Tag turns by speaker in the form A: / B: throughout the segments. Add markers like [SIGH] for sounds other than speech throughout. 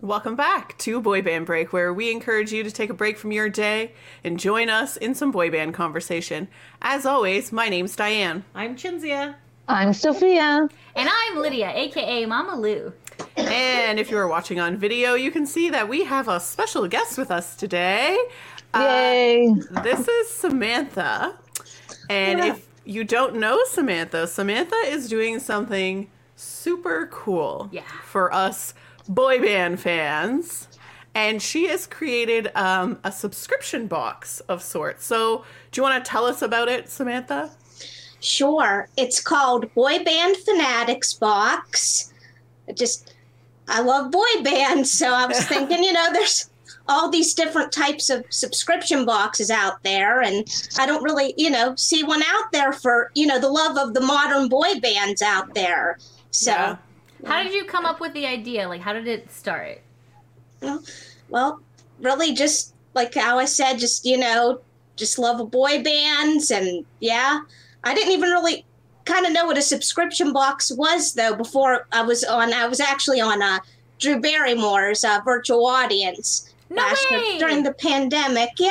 A: Welcome back to Boy Band Break, where we encourage you to take a break from your day and join us in some boy band conversation. As always, my name's Diane.
B: I'm Chinzia.
C: I'm Sophia.
D: And I'm Lydia, aka Mama Lou.
A: And if you are watching on video, you can see that we have a special guest with us today. Uh,
C: Yay.
A: This is Samantha. And if you don't know Samantha, Samantha is doing something super cool
D: Yeah.
A: for us boy band fans. And she has created um, a subscription box of sorts. So, do you want to tell us about it, Samantha?
E: Sure. It's called Boy Band Fanatics Box. I just, I love boy bands, so I was thinking, you know, there's all these different types of subscription boxes out there, and I don't really, you know, see one out there for, you know, the love of the modern boy bands out there. So,
A: Yeah.
D: How did you come up with the idea? Like, how did it start?
E: well, really just like how I said, just, you know, just love of boy bands and yeah. I didn't even really kind of know what a subscription box was though before I was on I was actually on uh Drew Barrymore's uh, virtual audience
D: No
E: year
D: way!
E: during the pandemic. Yeah.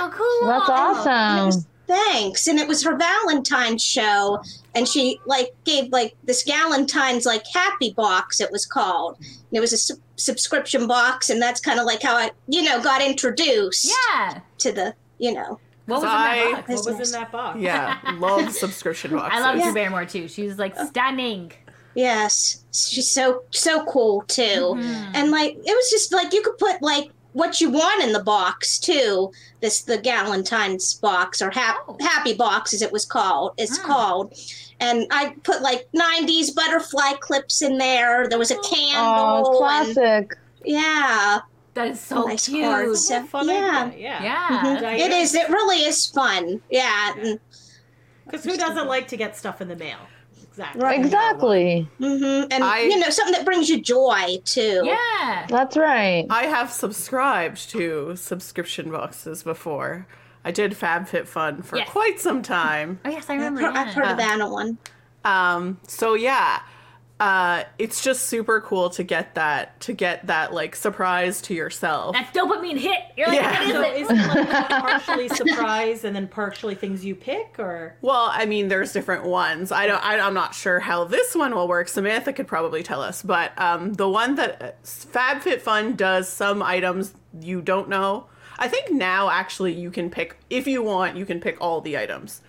D: Wow, cool.
C: That's awesome.
E: Thanks. And it was her Valentine's show and she like gave like this Valentine's like happy box it was called. And it was a sub- subscription box and that's kind of like how I, you know, got introduced
D: Yeah.
E: to the you know
D: What was
A: I-
D: in that box?
B: What was in that box?
A: Yeah, love subscription
D: [LAUGHS] I
A: boxes.
D: love Drew Barrymore too. She was like stunning.
E: yes she's so so cool too
D: Hmm. Mm-hmm.
E: and like it was just like you could put like what you want in the box too this the galentine's box or hap-
D: Oh.
E: happy box as it was called it's
D: Mm.
E: called and i put like 90s butterfly clips in there there was a candle
C: Oh,
E: and-
C: classic.
E: yeah
D: That is so
E: Nice
D: cute.
E: cards.
B: How fun
E: Yeah.
B: is that? Yeah.
D: Yeah.
B: Diane?
E: it is it really is fun yeah, and
B: Because who doesn't like to get stuff in the mail? Exactly.
E: Right.
C: Exactly.
E: mhm, and
A: I-
E: you know something that brings you joy too
D: Yeah.
C: That's right.
A: I have subscribed to subscription boxes before. I did FabFitFun for
D: Yes.
A: quite some time.
D: Oh yes, I
E: I've
D: remember.
E: heard, I've
D: yeah.
E: heard of that one
A: Um, so yeah, uh, it's just super cool to get that to get that like surprise to yourself.
D: That dopamine hit. You're like,
A: Yeah.
D: what is
B: So
D: it?
B: is it like partially surprise and then partially things you pick, or
A: Well, I mean, there's different ones. I don't. I, I'm not sure how this one will work. Samantha could probably tell us, but um, the one that FabFitFun does some items you don't know. I think now actually you can pick if you want. You can pick all the items,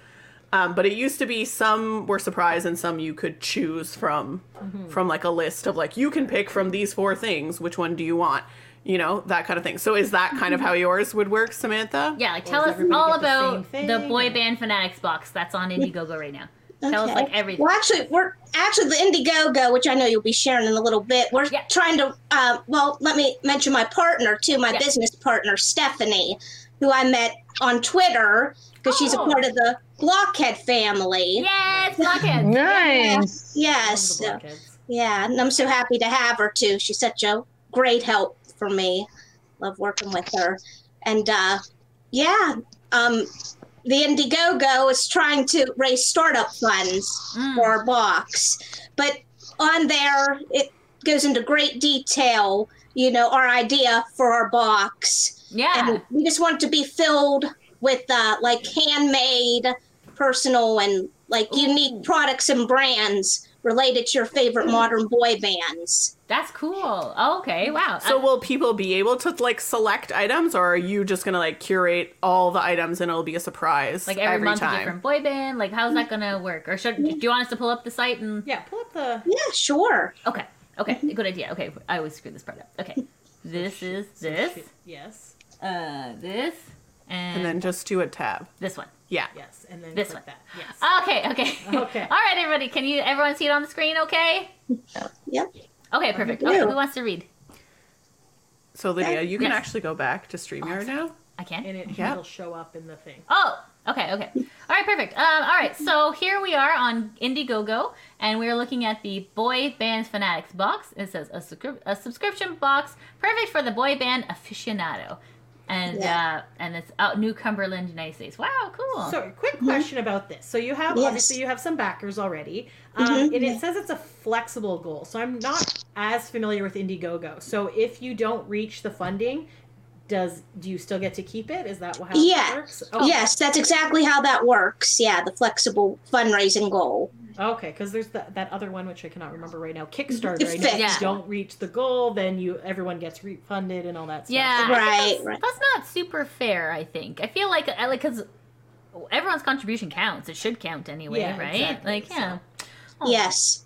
A: um, but it used to be some were surprise and some you could choose from from like a list of like you can pick from these four things. Which one do you want? You know that kind of thing. So is that kind of how yours would work, Samantha?
D: Yeah, like tell us
B: everybody
D: all
B: get the
D: about
B: same
D: the
B: thing?
D: boy band fanatics box that's on Indiegogo right now. Tell us like everything.
E: Well, actually, we're actually the Indiegogo, which I know you'll be sharing in a little bit. We're
D: Yeah.
E: trying to. Uh, well, let me mention my partner too, my
D: Yeah.
E: business partner Stephanie, who I met on Twitter because she's a
D: Oh.
E: part of the Blockhead family.
D: Yes, blockheads.
C: Nice.
E: Yes,
B: Love the
E: so-
B: blockheads.
E: yeah, and I'm so happy to have her too. She's such a great help for me. Love working with her, and uh, yeah, um, the Indiegogo is trying to raise startup funds
D: Mm.
E: for our box. But on there, it goes into great detail, you know, our idea for our box.
D: Yeah.
E: And we just want it to be filled with uh, like handmade, personal, and like unique products and brands related to your favorite modern boy bands.
D: That's cool.
E: Mm-hmm.
D: Okay, wow.
A: So
D: Uh,
A: will people be able to like select items, or are you just gonna like curate all the items and it'll be a surprise
D: like every, month a
A: time?
D: different boy band. Like how's that
E: Mm-hmm.
D: gonna work? Or should do you want us to pull up the site and
B: Yeah, pull up the.
E: Yeah, sure.
D: Okay. Okay,
E: Mm-hmm.
D: good idea. Okay, I always screw this part up.
E: [LAUGHS] Oh,
D: Okay. This is this,
B: Yes,
D: uh this, and,
A: And then just do a tab.
D: this one.
A: Yeah.
B: yes, and then
D: This
B: click
D: one. Uh,
B: that. Yes.
D: Okay,
E: [LAUGHS]
D: okay.
B: Okay.
D: [LAUGHS] All right, everybody. Can you everyone see it on the screen okay?
E: Yep.
D: Okay, perfect.
E: do.
D: Okay, who wants to read?
A: So Lydia, you can
D: Yes.
A: actually go back to StreamYard now.
D: I can.
B: and it,
A: Yeah.
B: it'll show up in the thing.
D: Oh, okay, okay. All right, perfect. Um, all right, so here we are on Indiegogo, and we're looking at the Boy Band Fanatics box. It says a, subscri- a subscription box, perfect for the boy band aficionado. and
E: Yeah.
D: uh, and it's out New Cumberland, United States. Wow, cool.
B: So, quick question about this. So, you have
E: Mm-hmm. Yes.
B: obviously you have some backers already, um,
E: Mhm.
B: and
E: Yeah.
B: it says it's a flexible goal. So, I'm not as familiar with Indiegogo. So, if you don't reach the funding, does do you still get to keep it? Is that how
E: Yeah.
B: it works?
E: Oh.
B: Oh,
E: Yes, that's exactly how that works. Yeah, the flexible fundraising goal.
B: Okay, because there's that that other one which I cannot remember right now.
E: Mm-hmm.
B: Kickstarter.
E: It's
B: I know if
D: fixed.
B: you don't reach the goal, then you everyone gets refunded and all that stuff.
D: yeah, I think
E: Right,
D: that's,
E: right.
D: That's not super fair. I think I feel like I like because everyone's contribution counts. It should count anyway,
B: Yeah,
D: right?
B: exactly,
D: Like yeah. Oh.
E: Yes.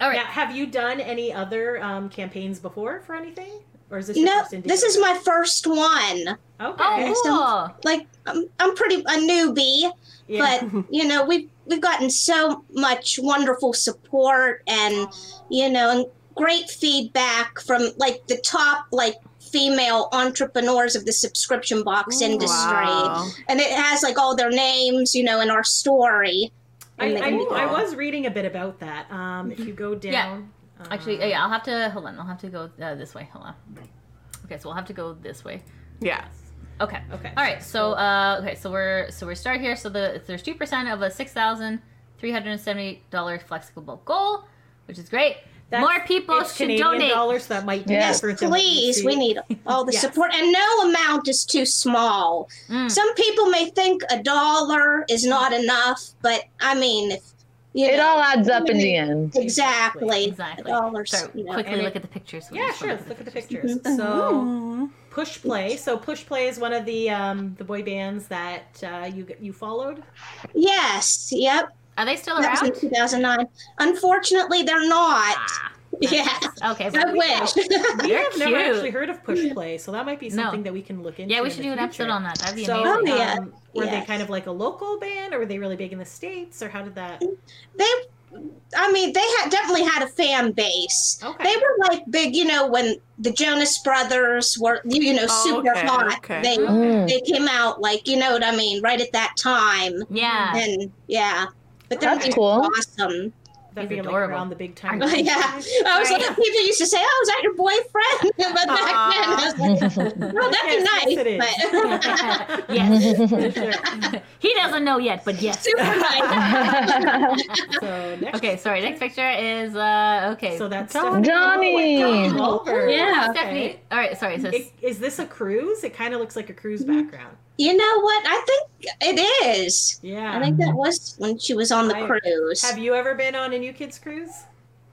D: All right.
B: Now, have you done any other um, campaigns before for anything, or is this your
E: No,
B: first
E: this is my first one.
B: Indiegogo? okay.
D: Oh,
E: Next time.
D: cool.
E: Like I'm, I'm pretty a newbie,
B: yeah.
E: but you know we've we've gotten so much wonderful support and you know and great feedback from like the top like female entrepreneurs of the subscription box industry
A: Wow.
E: and it has like all their names you know in our story
B: I,
E: And
B: I,
E: the-
B: I was reading a bit about that. Um, if you go down, um,
D: Actually, oh, yeah, I'll have to hold on. I'll have to go uh, this way. Hold on. Okay, so we'll have to go this way.
A: Yeah.
D: Okay.
B: Okay.
D: All right. So uh, okay. So we're so we're start here. So the there's two percent of a six thousand three hundred seventy dollar flexible goal, which is great.
B: That's-
D: More people
B: it's
D: should
B: Canadian
D: donate.
B: dollars so that might be
C: Yes,
E: yes
B: different than what you
E: please we
B: see.
E: need all the
B: Yes.
E: support and no amount is too small
D: Mm.
E: some people may think a dollar is not enough but i mean if you
C: It
E: know,
C: all adds up in the
D: [LAUGHS]
C: end.
E: exactly
D: Exactly.
E: a dollar's
D: So
E: you know.
D: quickly
B: And
D: look at the pictures. We
B: Yeah,
D: just
B: sure.
D: wanna
B: Let's look at the pictures.
E: Mm-hmm.
B: So push play. So push play is one of the um, the boy bands that uh, you you followed.
E: Yes, yep.
D: Are they still
E: That was in
D: around?
E: 2009. Unfortunately, they're not.
D: Ah,
E: [LAUGHS] yeah,
D: okay.
E: I wish.
B: We
D: [LAUGHS] They're
B: have never
D: cute.
B: actually heard of
E: Mm-hmm.
B: push play, so that might be
D: No.
B: something that we can look into.
D: yeah, we
B: in
D: should
B: the
D: do an episode
B: future.
D: on that. That'd be
B: So,
D: amazing.
E: Oh, yeah.
B: um, were
E: Yes.
B: they kind of like a local band, or were they really big in the states, or how did that?
E: they, I mean, they had definitely had a fan base.
B: Okay.
E: They were like big, you know, when the Jonas Brothers were, you you know,
A: Oh,
E: super
A: okay,
E: hot.
A: okay.
E: They
C: Mm. [LAUGHS]
E: they came out like, you know what I mean, right at that time. [LAUGHS]
D: Yeah. [LAUGHS]
E: And yeah, but they're
C: That's cool.
E: awesome.
B: That'd
D: He's
B: be like
D: adorable.
B: around the big time.
E: [LAUGHS] yeah, I was
D: Right.
E: like, people used to say, "Oh, is that your boyfriend?" [LAUGHS] but back then, I was like, "Well, that'd
B: Yes,
E: be
B: yes, it
E: nice."
B: is.
E: But [LAUGHS]
B: [LAUGHS]
D: yes.
B: For sure.
D: he doesn't know yet, but yes.
E: super nice.
B: So next.
D: Okay, sorry. Next picture is uh okay.
B: So that's
D: John-
C: Johnny.
B: Stephanie Oliver.
E: Oh, Yeah.
D: Stephanie.
B: Okay.
D: All right, sorry. So
B: It- is this a cruise? It kind of looks like a cruise
E: Mm-hmm.
B: background.
E: You know what? I think it is. I
B: Yeah.
E: think that was when she was on the
B: I-
E: cruise.
B: Have you ever been on a new kids cruise?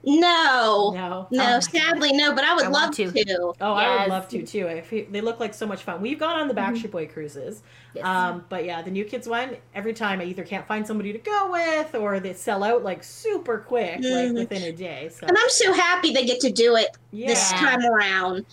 D: Oh.
E: no,
B: No.
E: no,
D: my God.
E: sadly no. But I would
D: I
E: love
D: want
E: to.
D: to.
B: Oh, I
D: Yes.
B: would love to too. I feel, they look like so much fun. We've gone on the
E: Mm-hmm.
B: Backstreet Boy cruises,
D: Yes.
B: um, but yeah, the new kids one. Every time I either can't find somebody to go with, or they sell out like super quick,
E: Mhm.
B: like within a day. So
E: And I'm so happy they get to do it
B: yeah,
E: this time around.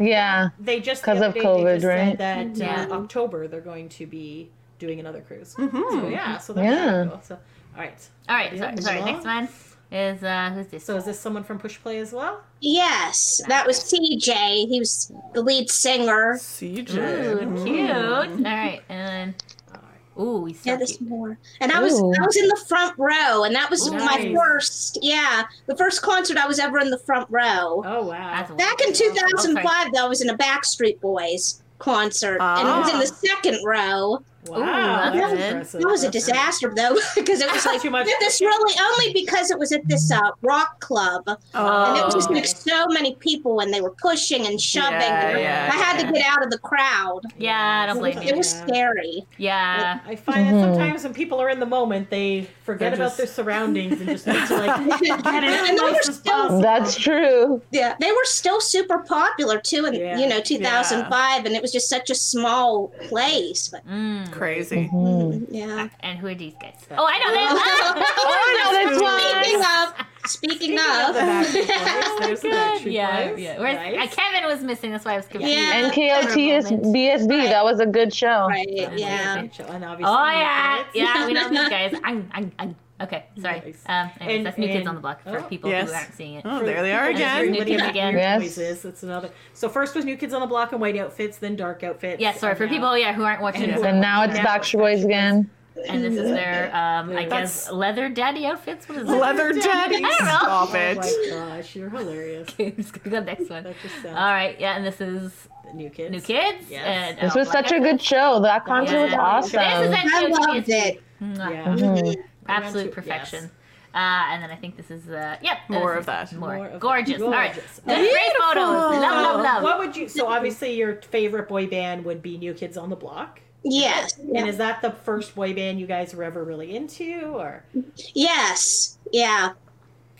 C: Yeah.
B: they just
C: 'Cause
B: the
C: of
B: other day, they
C: COVID,
B: just
C: right?
B: Said that
D: Yeah.
B: uh, October they're going to be doing another cruise. So
A: Mhm.
B: yeah, so that's
C: Mm-hmm. Yeah.
B: really cool. So all right,
D: All right,
B: Yeah,
D: sorry, sorry.
B: yeah.
D: Next one is uh who's this?
B: So is this someone from Push Play as well?
E: Yes, that was TJ. He was the lead singer.
D: Ooh,
A: CJ.
D: cute. All
A: Mm-hmm.
D: right, and
B: All right.
D: ooh, he's so
E: Yeah, there's
D: cute.
E: more. And I was
C: Ooh.
E: I was in the front row, and that was my
B: Nice.
E: first. Yeah, the first concert I was ever in the front row.
B: Oh wow.
D: That's
E: Back in
D: wonderful. Oh, sorry.
E: 2005, though, I was in a Backstreet Boys concert, and I was in
A: Ah.
E: the second row.
B: Wow,
D: Ooh,
B: that's
D: that's good.
B: impressive.
E: That was a
B: That's-
E: disaster though, [LAUGHS] because it was like
B: [LAUGHS] Too much.
E: did this really only because it was at this uh, rock club, and
A: Oh,
E: it was just like so many people, and they were pushing and shoving.
A: Yeah, yeah,
E: I had
D: yeah.
E: to get out of the crowd.
D: Yeah, I don't blame
E: [LAUGHS] It was
B: Yeah.
D: [LAUGHS]
E: scary.
D: Yeah.
B: I find that
C: Mhm.
B: sometimes when people are in the moment, they forget
A: They're
B: about their
A: just-
B: surroundings and just need to [LAUGHS] like get it
E: [LAUGHS] and
B: as
E: they were
B: nice as
E: still,
B: possible.
C: That's true.
E: yeah, they were still super popular too, in
B: Yeah.
E: you know 2005, and it was just such a small place. But mm,
D: Mm. [LAUGHS]
A: Crazy.
C: Mhm.
E: yeah. [LAUGHS]
D: And who are these guys? Oh, I
B: [LAUGHS]
D: know
C: I know
D: them.
C: this
E: Speaking
C: one.
E: of,
B: of the Backstreet
D: [LAUGHS]
E: speaking, [LAUGHS]
B: Boys,
E: of,
B: there's the
D: Oh, Good.
B: Backstreet
D: Yeah,
B: Boys.
D: yeah. Where's, uh,
B: Nice.
D: Kevin was missing. That's why I was confused.
E: Yeah.
C: And KOTS
E: Right.
C: That was a good show.
E: right? Yeah.
B: And obviously
D: Oh yeah,
B: the kids.
D: yeah. We know these guys. I'm, I'm, I'm. Okay, sorry.
B: Nice.
D: Um, anyways,
B: And-
D: that's new kids
B: and-
D: on the block for
B: oh.
D: people
A: Yes.
D: who aren't seeing it.
A: Oh, there they are
B: And it's
A: again.
D: New
B: everybody
D: Kids
B: making
D: again.
B: weird
C: Yes.
B: Noises. That's another. So first was New Kids on the Block and white outfits, then dark outfits.
D: Yeah, sorry
B: and
D: for
B: now-
D: people yeah who aren't watching.
B: And
D: this.
C: And now it's Backstreet Boys again.
D: And this is their, um, I
A: That's-
D: guess, leather daddy outfits. What is that? [LAUGHS]
A: Leather daddy.
D: I don't know.
A: Stop
B: Oh my
A: it.
B: gosh, you're hilarious.
D: Okay, let's go to the next one.
B: That just sounds.
D: All right, yeah, and this is
B: New Kids.
D: New Kids.
B: Yes.
D: And
C: This
D: Oh,
C: was
D: Black
C: such a good show. That concert was
D: Yeah. This is
C: awesome.
D: at
E: I
D: THC.
E: loved it.
D: Mwah.
B: Yeah.
C: Mhm.
B: Round
D: Absolute
B: two-
D: perfection.
B: yes.
D: Uh, and then I think this is uh, yep,
A: More
D: this
A: of that.
D: is More,
B: More of-
D: gorgeous. All right,
B: gorgeous.
D: good, great
A: Beautiful.
D: photos. Love, love, love.
B: What would you?
D: [LAUGHS]
B: So obviously, your favorite boy band would be New Kids on the Block.
E: Yes.
B: And is that the first boy band you guys were ever really into, or
E: Yes. Yeah.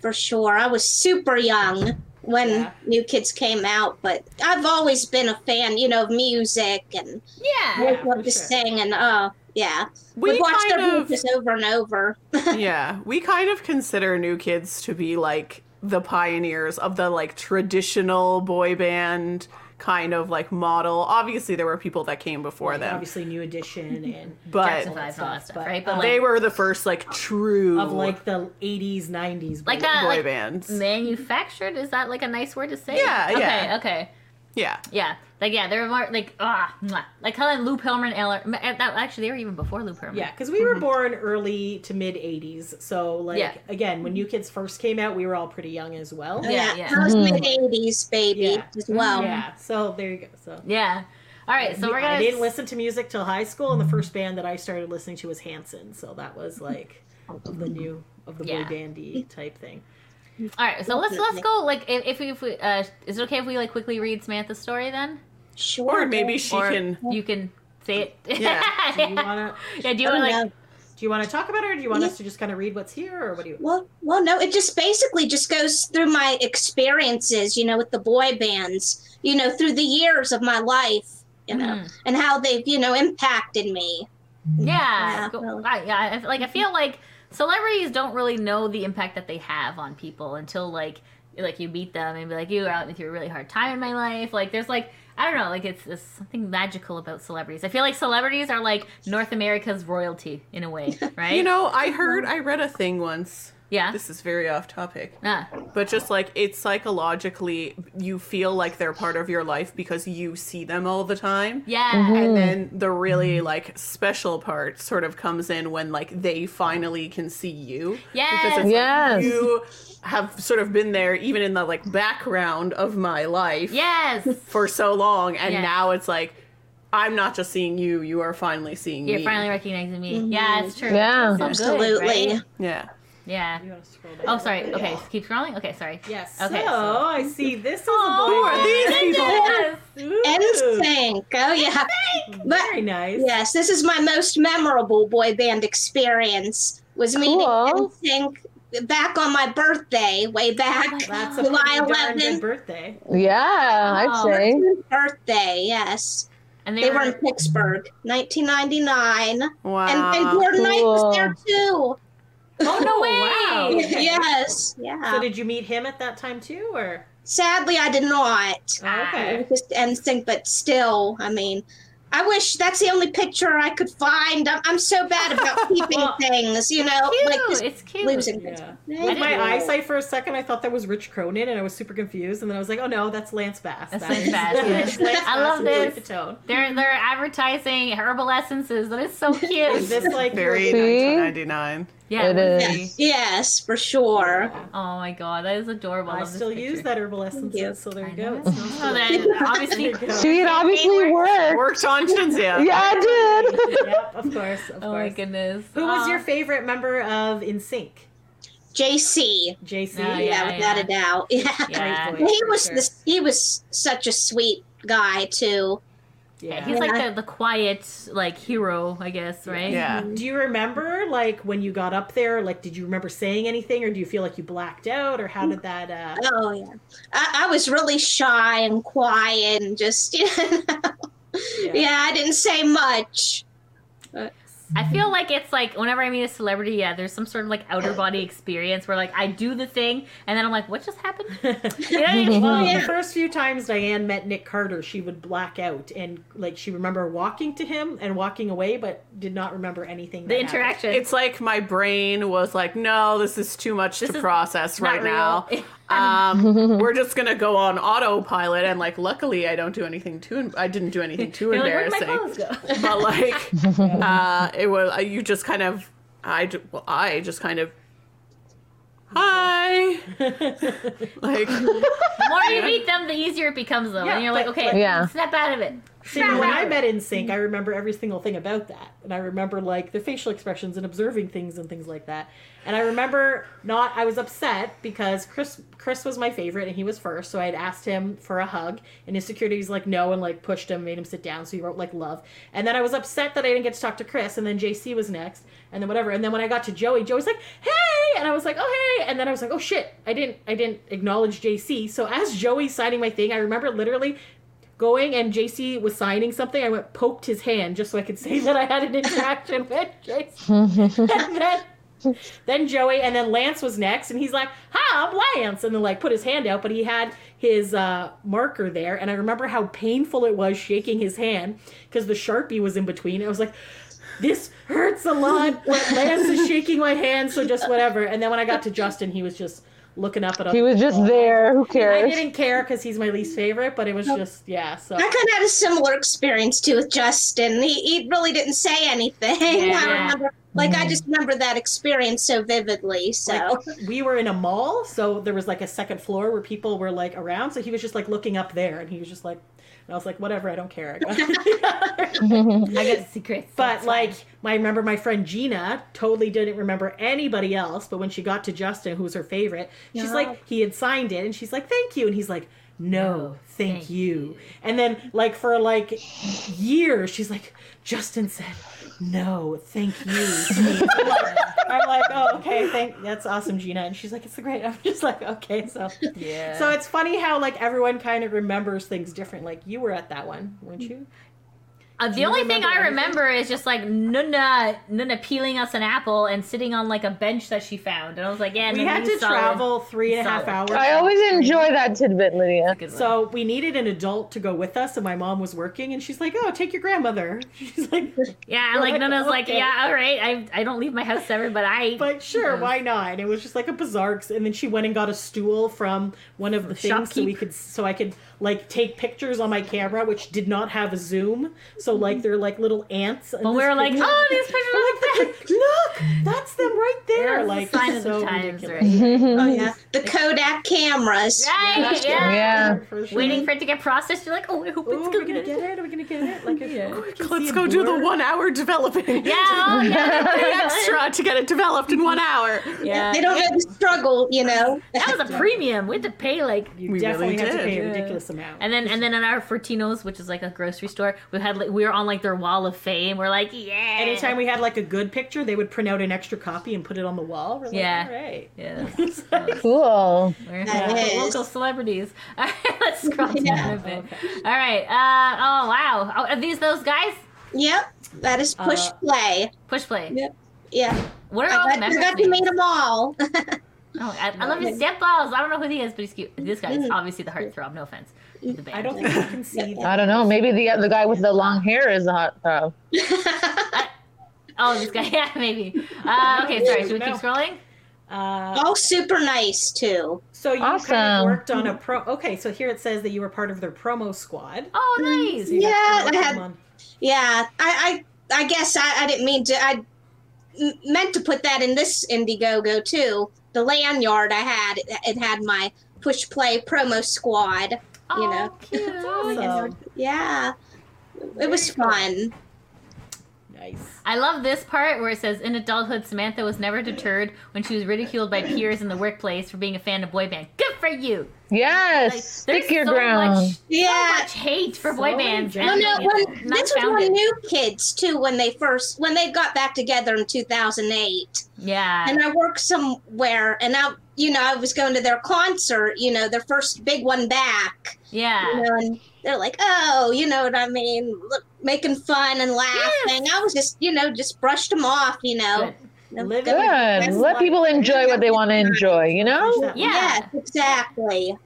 E: For sure. I was super young when
B: Yeah.
E: New Kids came out, but I've always been a fan, you know, of music and
D: Yeah,
B: Yeah,
E: I love
B: for sure.
E: to sing and uh yeah.
A: We
E: We've watched
A: kind
E: their
A: of
E: movies over and over. [LAUGHS]
A: yeah, we kind of consider New Kids to be like the pioneers of the like traditional boy band kind of like model. Obviously, there were people that came before them,
B: obviously New Edition and
A: but
D: Jackson Five and all that stuff,
B: But,
D: right? But
B: um,
D: like,
A: they were the first like true
B: of like the '80s, '90s,
D: Like
B: boy
D: that-
A: boy
D: like,
A: bands.
D: manufactured. Is that like a nice word to say?
A: Yeah,
D: Okay,
A: yeah.
D: okay,
A: yeah,
D: yeah. Like yeah, they were more like ah, mwah. like kind of Lou Pearlman. and Eller- m- and that- Actually, they were even before Lou Pearlman.
B: Yeah, because we were born early to mid '80s, so like
D: Yeah.
B: again, when New Kids first came out, we were all pretty young as well.
D: Yeah, yeah.
E: I was
C: Mhm.
E: mid eighties baby
B: Yeah.
E: as well.
B: Yeah, so there you go. So.
D: yeah. All right, so we're gonna.
B: I
D: Mm-hmm.
B: didn't listen to music till high school, and the first band that I started listening to was Hanson. So that was like of the new of the
D: Yeah.
B: boy bandy type thing.
D: All right, so let's let's go. Like, if, if we, if we uh, is it okay if we like quickly read Samantha's story then?
E: Sure.
A: or maybe she
D: Or
A: can.
D: You can say it. [LAUGHS]
A: Yeah.
B: Do you wanna
D: yeah. Do you
E: Oh,
D: want
E: no.
D: like?
B: do you wanna talk about it, or do you want us to just kind of read what's here, or what do you?
E: Well, well, no, it just basically just goes through my experiences, you know, with the boy bands, you know, through the years of my life, you know,
B: Mm.
D: Mhm.
E: and how they've, you know, impacted me.
D: Yeah.
E: Yeah,
D: go-
E: really.
D: I- yeah. I f- Like I feel like celebrities don't really know the impact that they have on people until like like you meet them and be like you were out through a really hard time in my life. Like there's like I don't know like it's, it's something magical about celebrities. I feel like celebrities are like North America's royalty in a way, right?
A: You know, I heard I read a thing once.
D: yeah.
A: This is very off topic.
D: Ah,
A: But just like it's psychologically, you feel like they're part of your life because you see them all the time.
D: yeah.
A: And then the really like special part sort of comes in when like they finally can see you. Because
D: Yes.
A: it's
C: Yes.
A: like you have sort of been there even in the like background of my life
D: Yes.
A: for so long. And
D: Yeah.
A: now it's like, I'm not just seeing you, you are finally seeing
D: You're
A: me.
D: finally recognizing me. Yeah, it's true.
C: Yeah.
D: It's so good,
E: Absolutely.
D: right?
A: yeah.
D: Yeah.
B: You wanna scroll down?
D: Oh, sorry. Okay, keep scrolling. Okay, sorry.
B: [LAUGHS] Yes.
D: Okay,
B: Okay. So,
D: so-
B: I see this is
D: Oh,
A: Who
B: a
A: are these people?
D: Yes.
B: boy. Ooh,
E: And sync. Oh yeah. [LAUGHS] But
B: very nice.
E: yes, this is my most memorable boy band experience. Was meeting
C: Cool.
E: NSYNC back on my birthday, way back
B: Oh That's a
E: July
B: pretty darn good
E: 11th
B: birthday.
C: Yeah, I'd
D: Oh.
C: say.
E: birthday. Yes,
D: And
E: they were in Pittsburgh, 1999,
A: Wow.
E: and,
B: Ah,
E: and Gordon Knight was
C: Cool.
E: there too.
D: Oh no [LAUGHS]
B: Oh,
D: way!
B: wow. Okay.
E: yes, yeah.
D: Uh,
B: So did you meet him at that time too, or
E: Sadly, I did not.
B: Oh, okay?
E: It was just NSYNC, but still, I mean. I wish that's the only picture I could find. I'm, I'm so bad about keeping
B: Well,
E: things, you know, Oh, like
D: Cute,
E: just
D: it's cute.
E: losing things.
B: Yeah.
E: Yeah.
B: With
D: didn't
B: my
D: know.
B: eyesight for a second, I thought that was Rich Cronin, and I was super confused. And then I was like, "Oh no, that's Lance Bass."
D: That's
B: That
D: Lance
B: is-
D: Bass,
B: that
D: yeah.
B: is [LAUGHS] Lance
D: [LAUGHS] I
B: Bass
D: love
B: and Louis
D: this.
B: Vuitton.
D: They're they're advertising herbal essences. That is
E: [LAUGHS]
D: so
B: Is
D: cute.
B: this like your-
A: Very
C: See?
A: 1999.
D: yeah,
C: It
D: let's
E: Yes,
D: see.
E: yes, for sure.
D: Oh my god, that is adorable.
B: I
D: love this
B: still use
D: picture.
B: that herbal essence,
E: you.
B: so there
D: I
B: you go.
D: know.
B: It smells
D: Oh, that
B: delicious. [LAUGHS]
D: obviously.
C: See, it obviously worked.
A: Worked on Shinzia.
C: [LAUGHS] Yeah, it did.
B: yep, of course, of
D: Oh my
B: course.
D: goodness.
B: Who was
D: Oh.
B: your favorite member of InSync?
E: JC.
B: JC.
D: Oh, Yeah,
E: Yeah,
D: yeah.
E: without a doubt. [LAUGHS] Yeah.
D: Yeah.
B: Great voice,
E: He
B: for
E: was
B: sure.
E: this, he was such a sweet guy too.
D: Yeah,
B: Yeah.
D: he's like the, the quiet like hero, I guess, right?
A: Yeah.
B: Do you remember like when you got up there? Like, did you remember saying anything, or do you feel like you blacked out, or how did that? Uh...
E: Oh yeah. I, I was really shy and quiet and just [LAUGHS] you know.
B: Yeah.
E: [LAUGHS] Yeah, I didn't say much.
D: I feel like it's like whenever I meet a celebrity, yeah, there's some sort of like outer body experience where like I do the thing and then I'm like, what just happened? You know what I mean?
B: Well,
E: [LAUGHS] Yeah.
B: the first few times Diane met Nick Carter, she would black out and like she remember walking to him and walking away, but did not remember anything.
D: The
B: that happened.
D: interaction.
A: It's like my brain was like, no, this is too much to
D: is
A: process
D: not
A: right
D: real. [LAUGHS]
A: now. Um, we're just gonna go on autopilot, and like, luckily, I don't do anything too. I didn't do anything too
D: [LAUGHS] You're like, where did my
A: embarrassing.
D: clothes go?
A: but like, uh, it was you just kind of. I d- well, I just kind of. Hi.
B: [LAUGHS]
A: Like,
D: [LAUGHS] The more [LAUGHS] you beat them, the easier it becomes, though.
B: Yeah,
D: and you're like,
B: but-
D: okay,
C: Yeah.
D: snap out of it.
B: See, when I met in sync, I remember every single thing about that, and I remember like the facial expressions and observing things and things like that. And I remember not I was upset because Chris Chris was my favorite and he was first, so I had asked him for a hug, and his security was like no, and like pushed him, made him sit down, so he wrote like love. And then I was upset that I didn't get to talk to Chris, and then JC was next, and then whatever. And then when I got to Joey, Joey's like hey, and I was like oh hey, and then I was like oh shit, I didn't I didn't acknowledge JC. So as Joey's signing my thing, I remember literally going and JC was signing something, I went poked his hand just so I could say that I had an interaction [LAUGHS] with JC. and then, then Joey, and then Lance was next, and he's like, "Hi, I'm Lance," and then like put his hand out, but he had his uh, marker there, and I remember how painful it was shaking his hand because the sharpie was in between. I was like. This hurts a lot, but Lance is shaking my hand, so just whatever. And then when I got to Justin, he was just looking up at us.
C: He was just there. Who
B: I
C: cares?
B: didn't care because he's my least favorite, but it was just yeah. So
E: I kind of had a similar experience too with Justin. He, he really didn't say anything. [LAUGHS] I
D: Yeah.
E: remember, like, I just remember that experience so vividly. So,
B: we were in a mall, so there was like a second floor where people were like around. So he was just like looking up there, and he was just like, and I was like, whatever, I don't care. [LAUGHS] I got-
C: [LAUGHS]
D: I got [LAUGHS] secrets.
B: but like, my, I remember my friend Gina totally didn't remember anybody else, but when she got to Justin, who was her favorite, she's like, he had signed it, and she's like, thank you, and he's like. No,
D: No,
B: thank,
D: thank
B: you. And then, like for like years, she's like, Justin said, "No, thank you." to me." I'm like- I'm like, "Oh, okay, thank. That's awesome, Gina." And she's like, "It's great." I'm just like, "Okay, so
D: yeah.
B: so it's funny how like everyone kind of remembers things different. Like you were at that one, weren't you?
D: Uh,
B: Do
D: the
B: you
D: only thing
B: remember
D: I
B: anything?
D: remember is just like Nuna, Nuna peeling us an apple and sitting on like a bench that she found, and I was like, "Yeah."
B: we
D: Nuna,
B: had
D: you
B: to
D: solid.
B: travel three and a half hours.
D: Solid.
C: I always enjoy that tidbit, Lydia.
D: Good one.
B: so we needed an adult to go with us, and my mom was working, and she's like, "Oh, take your grandmother." [LAUGHS] She's like, [LAUGHS]
D: yeah,
B: We're
D: like
B: like,
D: Nuna's like,
B: okay.
D: "Yeah, all right. I I don't leave my house ever, but I
B: "But sure,
D: Yeah.
B: why not?" And it was just like a bizarre. And then she went and got a stool from one of the things so we
D: shopkeep.
B: could, so I could like take pictures on my camera, which did not have a zoom. So like they're like little ants. and
D: But we
B: this
D: were like,
B: picture-
D: "Oh, these pictures
B: We're
D: are
B: like, "Look, look, that's them right there.
D: There's a
B: like
D: sign of the
B: so
D: times,
B: ridiculous.
D: right?
C: [LAUGHS]
E: oh yeah, the Kodak cameras.
D: right, yeah.
C: Yeah.
B: For sure.
D: Waiting for it to get processed, you're like, "Oh, I hope
B: Ooh,
D: it's
B: are we
D: good."
B: gonna get it? Are we gonna get it?
D: [LAUGHS]
B: Like, oh, I can see
A: let's
B: a
A: go do the
B: blur.
A: one hour developing.
D: Yeah,
A: [LAUGHS]
D: oh,
B: [LAUGHS]
D: yeah.
A: Extra to get it developed in one
D: [LAUGHS]
A: hour.
D: Yeah.
E: They don't have the struggle, you know.
D: That was a premium. We had to pay like
B: You
A: We
B: definitely
A: really
B: have to
A: did.
B: pay a
D: Yeah.
B: ridiculous amount.
D: And then and then at our Fortinos, which is like a grocery store, we had like we were on like their wall of fame. We're like, yeah.
B: Anytime we had like a good picture, they would print out an extra copy and put it on the wall. We're like,
D: Yeah.
B: All right. [LAUGHS]
D: Yeah.
B: It's like-
C: Cool.
D: We're
E: That
D: we're
E: is.
D: local celebrities. [LAUGHS] All right,
E: [LAUGHS]
D: let's scroll down
E: Yeah.
D: a bit. All right. Uh, oh wow. Oh, are these those guys?
E: yep, that is push
B: Uh,
E: play.
D: Push play.
E: Yeah. Yeah,
D: What are all
E: I
D: the
E: got, I
D: members?
E: got to
D: names?
E: meet them all. [LAUGHS]
D: Oh, I, I love his dip balls. I don't know who he is, but he's cute. This guy
E: Mm.
D: is obviously the heartthrob. No offense. The band.
B: I don't think we can see.
C: I don't know. Maybe the the guy with the long hair is the hot tub.
D: Oh, this guy. [LAUGHS] Yeah, maybe. Uh,
B: [LAUGHS]
D: okay, sorry. Should we
B: No.
D: keep scrolling?
B: Uh,
E: all super nice too.
B: so you kind of
C: Awesome.
B: worked on a pro. Okay, so here it says that you were part of their promo squad.
D: Oh,
E: Mm.
D: nice.
B: So you got to
E: Yeah, I
B: work
E: had-
B: on-
E: Yeah, I I, I guess I, I didn't mean to. I m- meant to put that in this Indiegogo too. The lanyard I had it, it had my push play promo squad.
D: Oh,
E: you know.
B: [LAUGHS]
D: cute.
B: Awesome.
E: Yeah, it was
B: Very cool.
E: fun.
B: Nice.
D: I love this part where it says, "In adulthood, Samantha was never deterred when she was ridiculed by peers in the workplace for being a fan of boy band. Good for you. Like,
C: Yes.
D: there's
C: Stick your
D: so
C: ground.
D: Much, so
E: Yeah.
D: much hate for
B: So
D: boy bands.
B: many
E: No, no.
D: and, you know,
E: When,
D: not
E: this was
D: founded.
E: when new kids too. When they first when they got back together in two thousand eight,
D: Yeah.
E: and I worked somewhere, and I you know I was going to their concert. You know their first big one back. you
D: Yeah.
E: know, and they're like, oh, you know what I mean, look, making fun and laughing. I was just, you know, just brushed them off, you know.
D: Good.
E: No,
B: Live
E: good.
B: in-
C: Good. Let people enjoy what they want to enjoy. You
E: Oh,
C: know.
B: That-
D: Yeah.
E: Yes, exactly.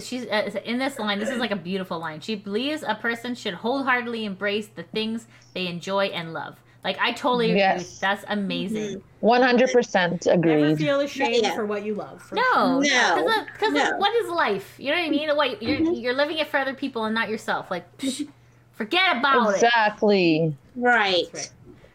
D: She's uh, in this line. This is like a beautiful line. She believes a person should wholeheartedly embrace the things they enjoy and love. Like I totally agree.
C: Yes.
D: with- That's amazing.
C: One hundred percent
B: Never
C: agreed.
B: feel ashamed
E: Yeah.
B: for what you love. for sure.
D: No,
E: No.
D: because
E: No. Mm-hmm.
D: what is life? You know what I mean? What you're you're living it for other people and not yourself. Like, psh, forget about it.
C: Exactly.
E: Right.
B: That's right.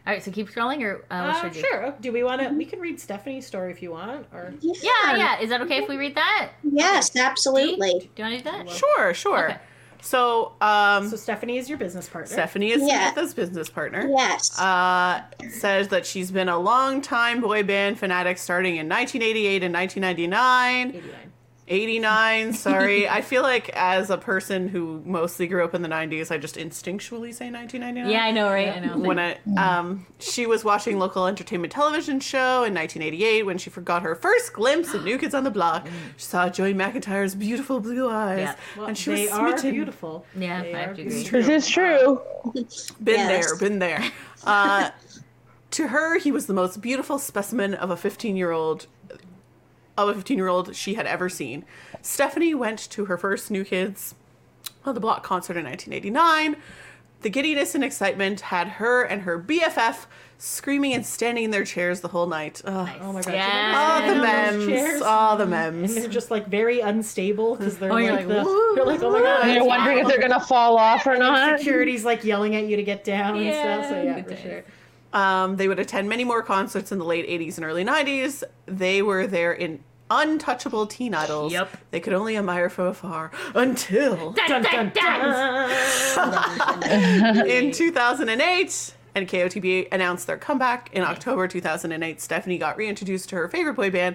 D: All right, so keep scrolling, or uh,
B: Uh,
D: what should we do?
B: sure. Do we want to? We can read Stephanie's story if you want, or
E: Mm-hmm.
D: Yeah, yeah. Is that okay if we read that?
E: Yes,
D: Dee?
E: absolutely.
D: Do you want to do that?
A: Sure, sure.
D: Okay.
A: So, um,
B: so. Stephanie is your business partner.
A: Stephanie is
E: Yeah.
A: Samantha's business partner.
E: Yes.
A: Uh, says that she's been a long time boy band fanatic starting in 1988 and 1999.
B: 89.
A: 89
D: [LAUGHS]
A: sorry i feel like as a person who mostly grew up in the 90s i just instinctually say 1999
D: Yeah, I know, right? I know.
A: when I, um, she was watching local entertainment television show in 1988 when she forgot her first glimpse of New Kids on the
D: [GASPS]
A: Block. She saw Joey McIntyre's beautiful blue eyes,
D: Yeah.
A: and she
B: they
A: was
B: are
A: smitten.
B: beautiful.
D: Yeah,
B: They
D: I
B: are
D: have to
B: beautiful.
D: agree.
C: This is true.
A: Been
E: Yes.
A: there, been there. Uh, to her, he was the most beautiful specimen of a 15 year old of a 15 year old she had ever seen. Stephanie went to her first New Kids on the Block concert in 1989. The giddiness and excitement had her and her BFF screaming and standing in their chairs the whole night. Ugh.
D: Nice.
B: Oh my God.
D: Yeah.
A: All the
B: And those
A: memes.
B: chairs.
A: All the
B: And they're
A: memes.
B: just like very unstable because they're
D: Oh,
B: like,
D: you're like,
B: the- they're like, oh my god.
C: And you're
D: Yeah.
C: wondering if they're gonna fall off or
B: [LAUGHS]
C: not.
B: Security's like yelling at you to get down and
D: Yeah,
B: stuff. So yeah,
D: good
B: for
D: days.
B: sure.
A: Um, they would attend many more concerts in the late 80s and early 90s. They were there in untouchable teen idols.
D: Yep.
A: They could only admire from afar
D: [LAUGHS]
A: until
D: Dun, dun, dun.
A: [LAUGHS] in 2008. And KOTB announced their comeback in October 2008. Stephanie got reintroduced to her favorite boy band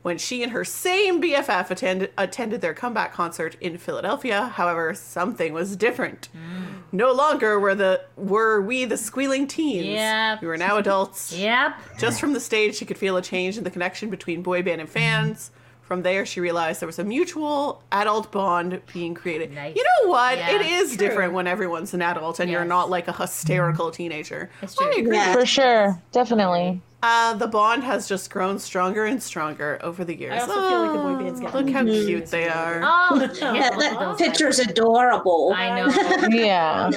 A: when she and her same BFF attended attended their comeback concert in Philadelphia. However, something was different.
D: Mm.
A: No longer were the were we the squealing teens.
D: Yep.
A: We were now adults.
D: Yep.
A: Just from the stage, she could feel a change in the connection between boy band and fans. From there, she realized there was a mutual adult bond being created.
D: Nice.
A: You know what?
D: Yeah.
A: it is different when everyone's an adult and you're
D: Yes.
A: not like a hysterical teenager.
D: It's true.
A: I agree.
E: Yeah.
C: For sure, definitely.
A: Uh, the bond has just grown stronger and stronger over the years.
B: I also feel like the boy
A: Oh,
B: band's getting
A: Look how
B: older.
A: cute they are.
E: [LAUGHS]
D: Oh, yeah,
E: that
D: look at
E: that
D: those
E: picture's
D: eyes.
E: adorable.
B: [LAUGHS]
D: I know.
C: Yeah.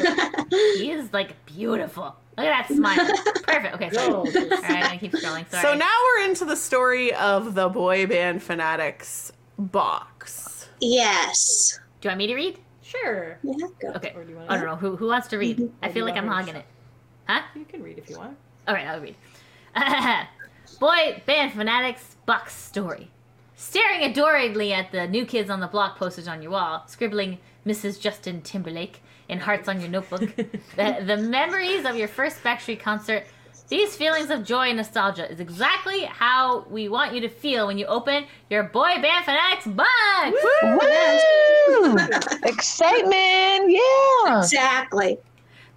D: he is like beautiful. Look at that
E: [LAUGHS]
D: smile. Perfect. Okay. Sorry. All
B: Gold.
D: right, I'm gonna keep scrolling. Sorry.
A: So now we're into the story of the boy band fanatics box.
E: Yes.
D: do you want me to read?
B: Sure.
E: Yeah, go.
D: Okay.
B: Or do you wanna-
D: I don't know who who wants to read. I
B: Or
D: feel
B: do you
D: like I'm
B: want her
D: hogging
B: to-
D: it. Huh?
B: You can read if you want.
D: All right, I'll read. [LAUGHS] Boy band fanatics box story. Staring adoringly at the new kids on the block posters on your wall, scribbling Mrs. Justin Timberlake in hearts on your
B: [LAUGHS]
D: notebook. the, the memories of your first Backstreet concert. These feelings of joy and nostalgia is exactly how we want you to feel when you open your boy band fanatics box.
C: Woo! Excitement! Yeah.
E: Exactly.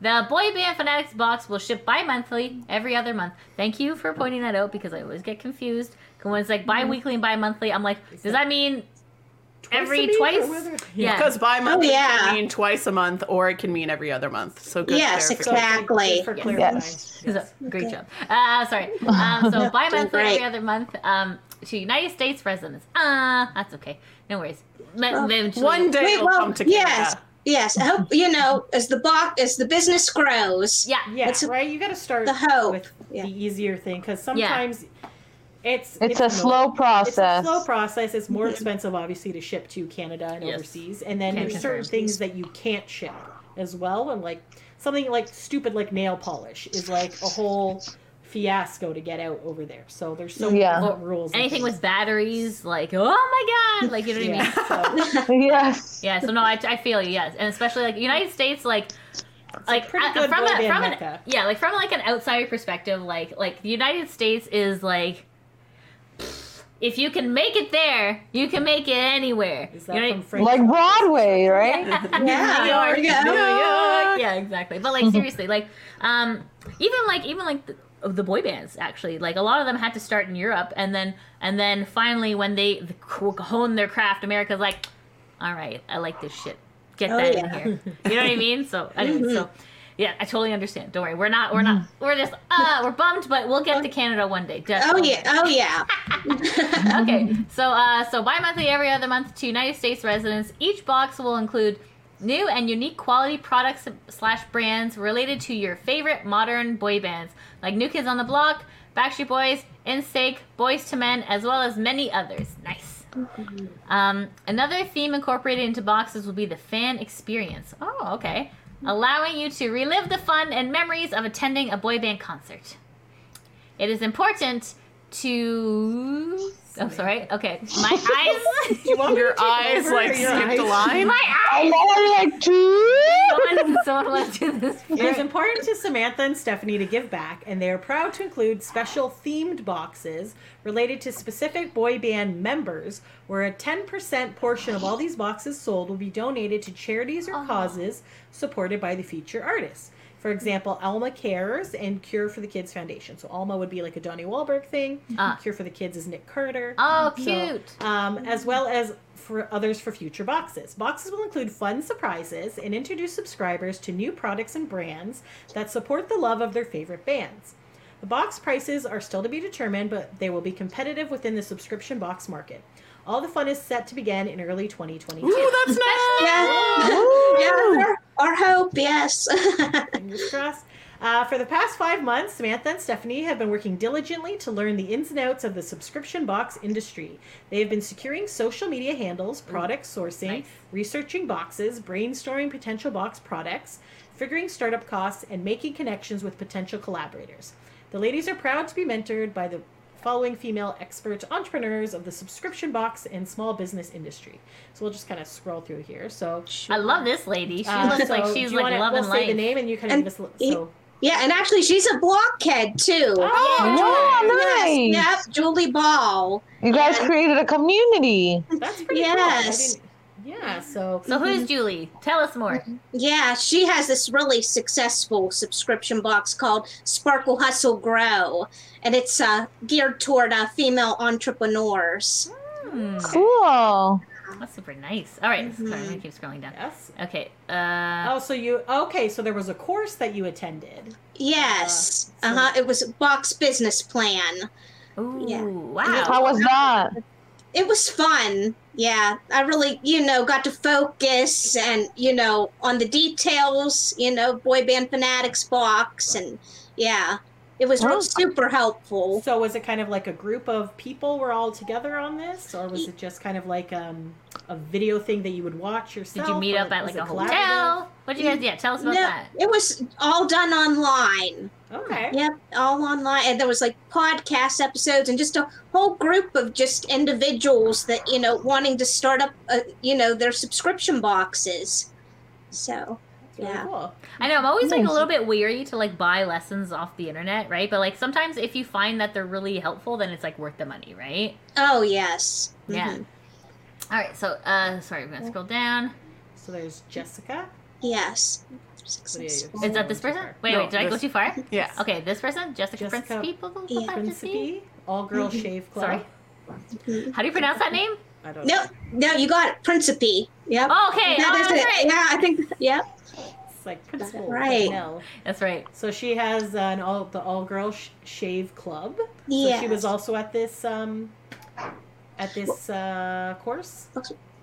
D: The Boy Band Fanatics box will ship bi monthly every other month. Thank you for pointing that out because I always get confused. 'Cause When it's like
B: Mm-hmm.
D: bi weekly and bi monthly, I'm like, does that mean every
B: Twice a week or
D: twice?
B: whether-
D: Yeah.
A: Because bi month
E: Oh, yeah.
A: can mean twice a month or it can mean every other month. So good.
E: Yes,
A: clarification.
B: So,
E: Exactly.
B: good For
D: Yes.
B: clarifying.
C: Yes.
D: So, Great job. Uh, sorry.
B: [LAUGHS]
D: Um, so bi monthly
E: great.
D: every other month um, to United States residents. Ah, that's okay. No worries. Me- eventually-
A: One day
E: Wait,
A: it'll
E: well,
A: come to Canada.
E: yes, yes. I hope you know as the box as the business grows.
D: Yeah.
B: Yeah,
E: It's a-
B: right. You got to start
E: the hope,
B: with
E: yeah.
B: the easier thing because sometimes it's
C: It's a
B: not-
C: slow
B: It's a
C: process.
B: slow process. It's more expensive, obviously, to ship to Canada and
D: Yes.
B: overseas, and then
D: Can
B: there's certain
D: confirm.
B: things that you can't ship as well, and like something like stupid like nail polish is like a whole fiasco to get out over there. So there's so many
C: Yeah.
B: different rules. and
D: Anything
B: things.
D: with batteries, like, oh my God. Like, you know what I mean?
B: yeah, so
C: [LAUGHS] [LAUGHS] Yes.
D: Yeah, so no, I, I feel you. Yes, and especially like United States, like like
B: pretty
D: uh,
B: good
D: from
B: boy
D: a,
B: band
D: from an
B: mecca.
D: yeah, like from like an outsider perspective, like like the United States is like if you can make it there, you can make it anywhere.
B: is
D: [LAUGHS]
B: that
D: You know what I-
B: from French?
C: Like Broadway, right?
D: [LAUGHS]
E: Yeah,
A: New
E: yeah.
A: York.
D: yeah, exactly.
B: [LAUGHS]
D: But like seriously, like um, even like even like the, of the boy bands actually, like a lot of them had to start in Europe, and then and then finally when they hone their craft, America's like, all right, I like this shit. Get
E: Oh,
D: that
E: yeah.
B: [LAUGHS]
D: in here. You know what I [LAUGHS] mean?
E: [LAUGHS]
D: So
E: Mm-hmm.
D: anyway, so. Yeah, I totally understand. Don't worry, we're not, we're not, we're just, uh, we're bummed, but we'll get to Canada one day.
E: Mm-hmm. Oh
D: Definitely
E: yeah. Oh yeah. [LAUGHS]
D: okay, so uh, so bi-monthly every other month to United States residents. Each box will include new and unique quality products slash brands related to your favorite modern boy bands, like New Kids on the Block, Backstreet Boys, NSYNC, Boys to Men, as well as many others. Nice. Um, another theme incorporated into boxes will be the fan experience. Oh, okay. allowing you to relive the fun and memories of attending a boy band concert. It is important to. Oh, sorry. Okay, my eyes. [LAUGHS]
A: Your eyes
B: over
A: like
B: your
A: skipped a
B: eyes?
A: line.
D: my eyes.
C: And then I'm like, two.
D: Someone, someone wants to do this.
B: It is important to Samantha and Stephanie to give back, and they are proud to include special themed boxes related to specific boy band members, where a 10% portion of all these boxes sold will be donated to charities or
D: Uh-huh.
B: causes supported by the featured artists. For example, Alma Cares and Cure for the Kids Foundation. So Alma would be like a Donnie Wahlberg thing.
D: Ah.
B: Cure for the Kids is Nick Carter
D: Oh,
B: So,
D: cute.
B: um, as well as for others for future boxes. Boxes will include fun surprises and introduce subscribers to new products and brands that support the love of their favorite bands. The box prices are still to be determined, but they will be competitive within the subscription box market. All the fun is set to begin in early 2022.
A: Ooh, that's nice.
E: Yeah. yeah our, our hope, yes. [LAUGHS]
B: Fingers crossed. Uh, for the past five months, Samantha and Stephanie have been working diligently to learn the ins and outs of the subscription box industry. They have been securing social media handles, product sourcing,
D: nice.
B: researching boxes, brainstorming potential box products, figuring startup costs, and making connections with potential collaborators. The ladies are proud to be mentored by the following female expert entrepreneurs of the subscription box and small business industry. So we'll just kind of scroll through here. So
D: I love this lady. She
B: uh,
D: looks like
B: so
D: she's
B: do you
D: like
B: wanna-
D: loving
B: we'll
D: life.
B: Say the name, and you can
E: And
B: give us. a li-
E: he-
B: So
E: yeah, and actually, she's a blockhead, too.
C: Oh,
E: Yes,
C: nice.
E: Yep, Julie Ball.
C: You guys
E: Yeah.
C: created a community.
B: that's pretty
E: Yes.
B: cool. I didn't- Yeah. So
D: So who's Julie? Tell us more.
E: Yeah, she has this really successful subscription box called Sparkle Hustle Grow, and it's uh, geared toward uh, female entrepreneurs.
C: Ah,
B: Mm-hmm.
D: Hmm,
C: Cool.
D: that's super nice. All right, sorry, I'm gonna
B: Mm-hmm.
E: Mhm.
D: keep scrolling down.
B: yes.
D: Okay. Uh,
B: Oh, so you okay? So there was a course that you attended.
E: Yes,
B: Uh,
E: uh huh. It was a box business plan.
B: Oh,
D: ooh,
E: yeah.
D: wow.
C: How was that?
E: It was fun. Yeah, I really, you know, got to focus and you know on the details. You know, boy band fanatics box, and yeah, it was real
C: Oh.
E: super helpful.
B: So was it kind of like a group of people were all together on this, or was it just kind of like um, a video thing that you would watch yourself?
D: Did you meet
B: or
D: up at
B: was
D: like a
B: it collaborative?
D: hotel? What did you guys? Yeah, tell us
E: No,
D: about that.
E: it was all done online.
B: Okay.
E: Yep, all online, and there was like podcast episodes, and just a whole group of just individuals that you know wanting to start up, uh, you know, their subscription boxes. So
B: That's really
E: Yeah.
B: cool.
D: I know I'm always like a
C: Nice.
D: little bit weary to like buy lessons off the internet, right? But like sometimes if you find that they're really helpful, then it's like worth the money, right?
E: oh yes,
D: Yeah.
E: Mhm.
D: All right. So, uh, sorry, I'm gonna scroll down.
B: So there's Jessica.
E: yes.
B: So yeah, you're-
D: Is that this person? Wait,
A: No,
D: wait, did I go
A: this-
D: too far?
A: Yeah.
D: Okay, this person, Jessica,
B: Jessica
D: Principe. blah, blah, blah,
E: Yeah.
D: Principe.
B: Principe, all
D: [LAUGHS]
B: girl shave club.
D: Sorry.
E: Mhm.
D: How do you pronounce that name?
B: I don't
E: No,
B: know.
E: no, you got it, Principe. Yep.
D: Oh, okay.
E: That
D: oh,
E: is
D: that's
E: it.
D: right.
E: Yeah, I think. Yep.
B: It's like principal.
E: Right.
B: No.
D: That's right.
B: So she has an all the all girl sh- shave club. So
E: Yeah.
B: she was also at this um at this uh course.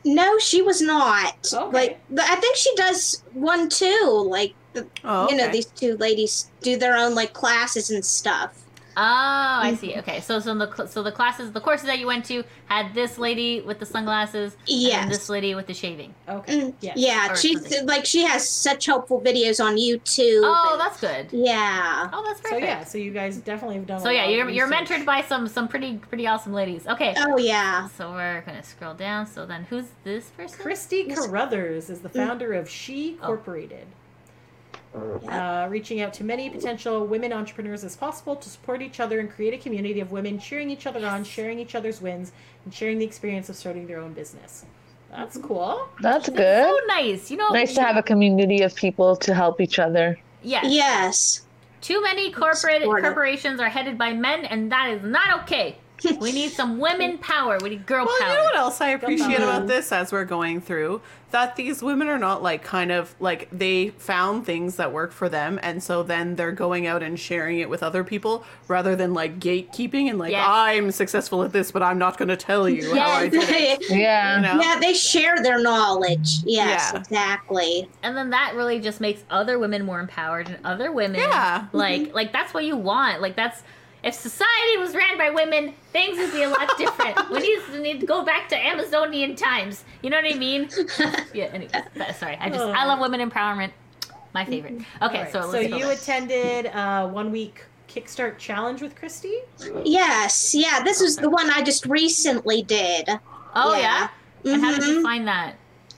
E: no, she was not.
B: Okay.
E: Like, but I think she does one too. Like, the,
A: Oh,
E: you know,
A: okay.
E: these two ladies do their own like classes and stuff.
D: Oh, I see. Okay, so so the cl- so the classes, the courses that you went to had this lady with the sunglasses,
E: Yes.
D: and this lady with the shaving.
B: Okay.
E: Mm,
B: Yes.
E: Yeah,
D: Or
E: she's
D: something.
E: like she has such helpful videos on YouTube.
D: Oh,
E: and-
D: that's good.
E: yeah.
D: Oh, that's
B: So
D: perfect.
B: yeah, so you guys definitely have done.
D: So
B: a
D: yeah,
B: lot of
D: you're you're
B: research.
D: mentored by some some pretty pretty awesome ladies. Okay.
E: Oh yeah.
D: So we're gonna scroll down. So then, who's this person?
B: Christy Carruthers is the
E: Mm-hmm.
B: founder of She
D: Oh.
B: Incorporated,
E: Yeah.
B: uh, reaching out to many potential women entrepreneurs as possible to support each other and create a community of women cheering each other on, sharing each other's wins, and sharing the experience of starting their own business. That's
E: Mm-hmm.
B: cool.
C: That's
D: That's
C: good.
D: So nice. You know.
C: Nice to have a community of people to help each other.
D: Yeah.
E: Yes.
D: Too many corporate
E: Support it.
D: corporations are headed by men, and that is not
E: [LAUGHS]
D: okay. We need some women power. We need girl
A: Well,
D: power.
A: you know what else I appreciate
B: on.
A: about this as we're going through? That these women are not like kind of like they found things that work for them and so then they're going out and sharing it with other people rather than like gatekeeping and like
D: Yes.
A: I'm successful at this but I'm not going to tell you how I did it.
E: [LAUGHS] yeah,
A: You
C: Yeah.
A: know?
E: they share their knowledge. Yes,
A: Yeah.
E: exactly.
D: and then that really just makes other women more empowered and other women
A: Yeah.
D: like like that's what you want like that's if society was ran by women things would be a lot different we need, we need to go back to amazonian times you know what i mean yeah anyway sorry i just i love women empowerment my favorite. Okay,
B: Alright,
D: so
B: so
D: Elizabeth.
B: you attended uh, one week Kickstart challenge with Christy.
E: Yes, yeah, this is the one I just recently did.
D: oh yeah.
E: yeah.
D: And how did
E: Mhm.
D: you find that?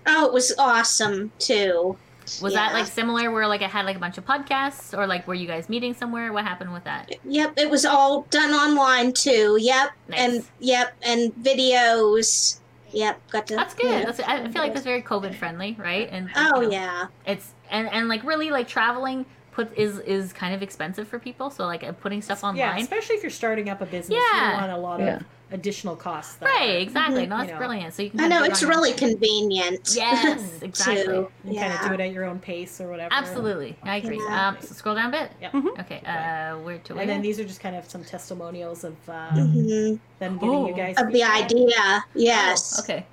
E: Oh, it was awesome too.
D: Was that
E: Yeah.
D: like similar where like I had like a bunch of podcasts or like were you guys meeting somewhere? What happened with that?
E: Yep, it was all done online too. Yep,
D: Nice.
E: and yep, and videos. Yep, got to.
D: That's
E: yeah.
D: good. That's, I feel like that's very COVID friendly, right? And
E: Oh
D: you know,
E: yeah,
D: it's and and like really like traveling puts is is kind of expensive for people. So like uh, putting stuff
B: Yeah,
D: online,
B: especially if you're starting up a business,
D: Yeah.
B: you want a lot
C: Yeah.
B: of additional costs. that
D: right? Exactly.
E: Mhm.
D: No, that's
B: You know.
D: brilliant. So you can.
E: I
D: kinda
E: know
D: do it
E: it's
D: on your
E: really
D: own.
E: convenient.
D: [LAUGHS] Yes,
E: [LAUGHS] too.
D: exactly.
B: You
E: yeah.
B: kind of do it at your own pace or whatever.
D: Absolutely, I agree.
E: Yeah.
D: Um, so scroll down a bit.
B: Yep.
D: Okay, uh, where to? Where?
B: Mm-hmm. And then these are just kind of some testimonials of uh,
E: Mhm.
B: them giving you
D: Oh.
B: guys
E: Of the
B: feedback.
E: idea,
D: Oh,
E: yes.
D: okay.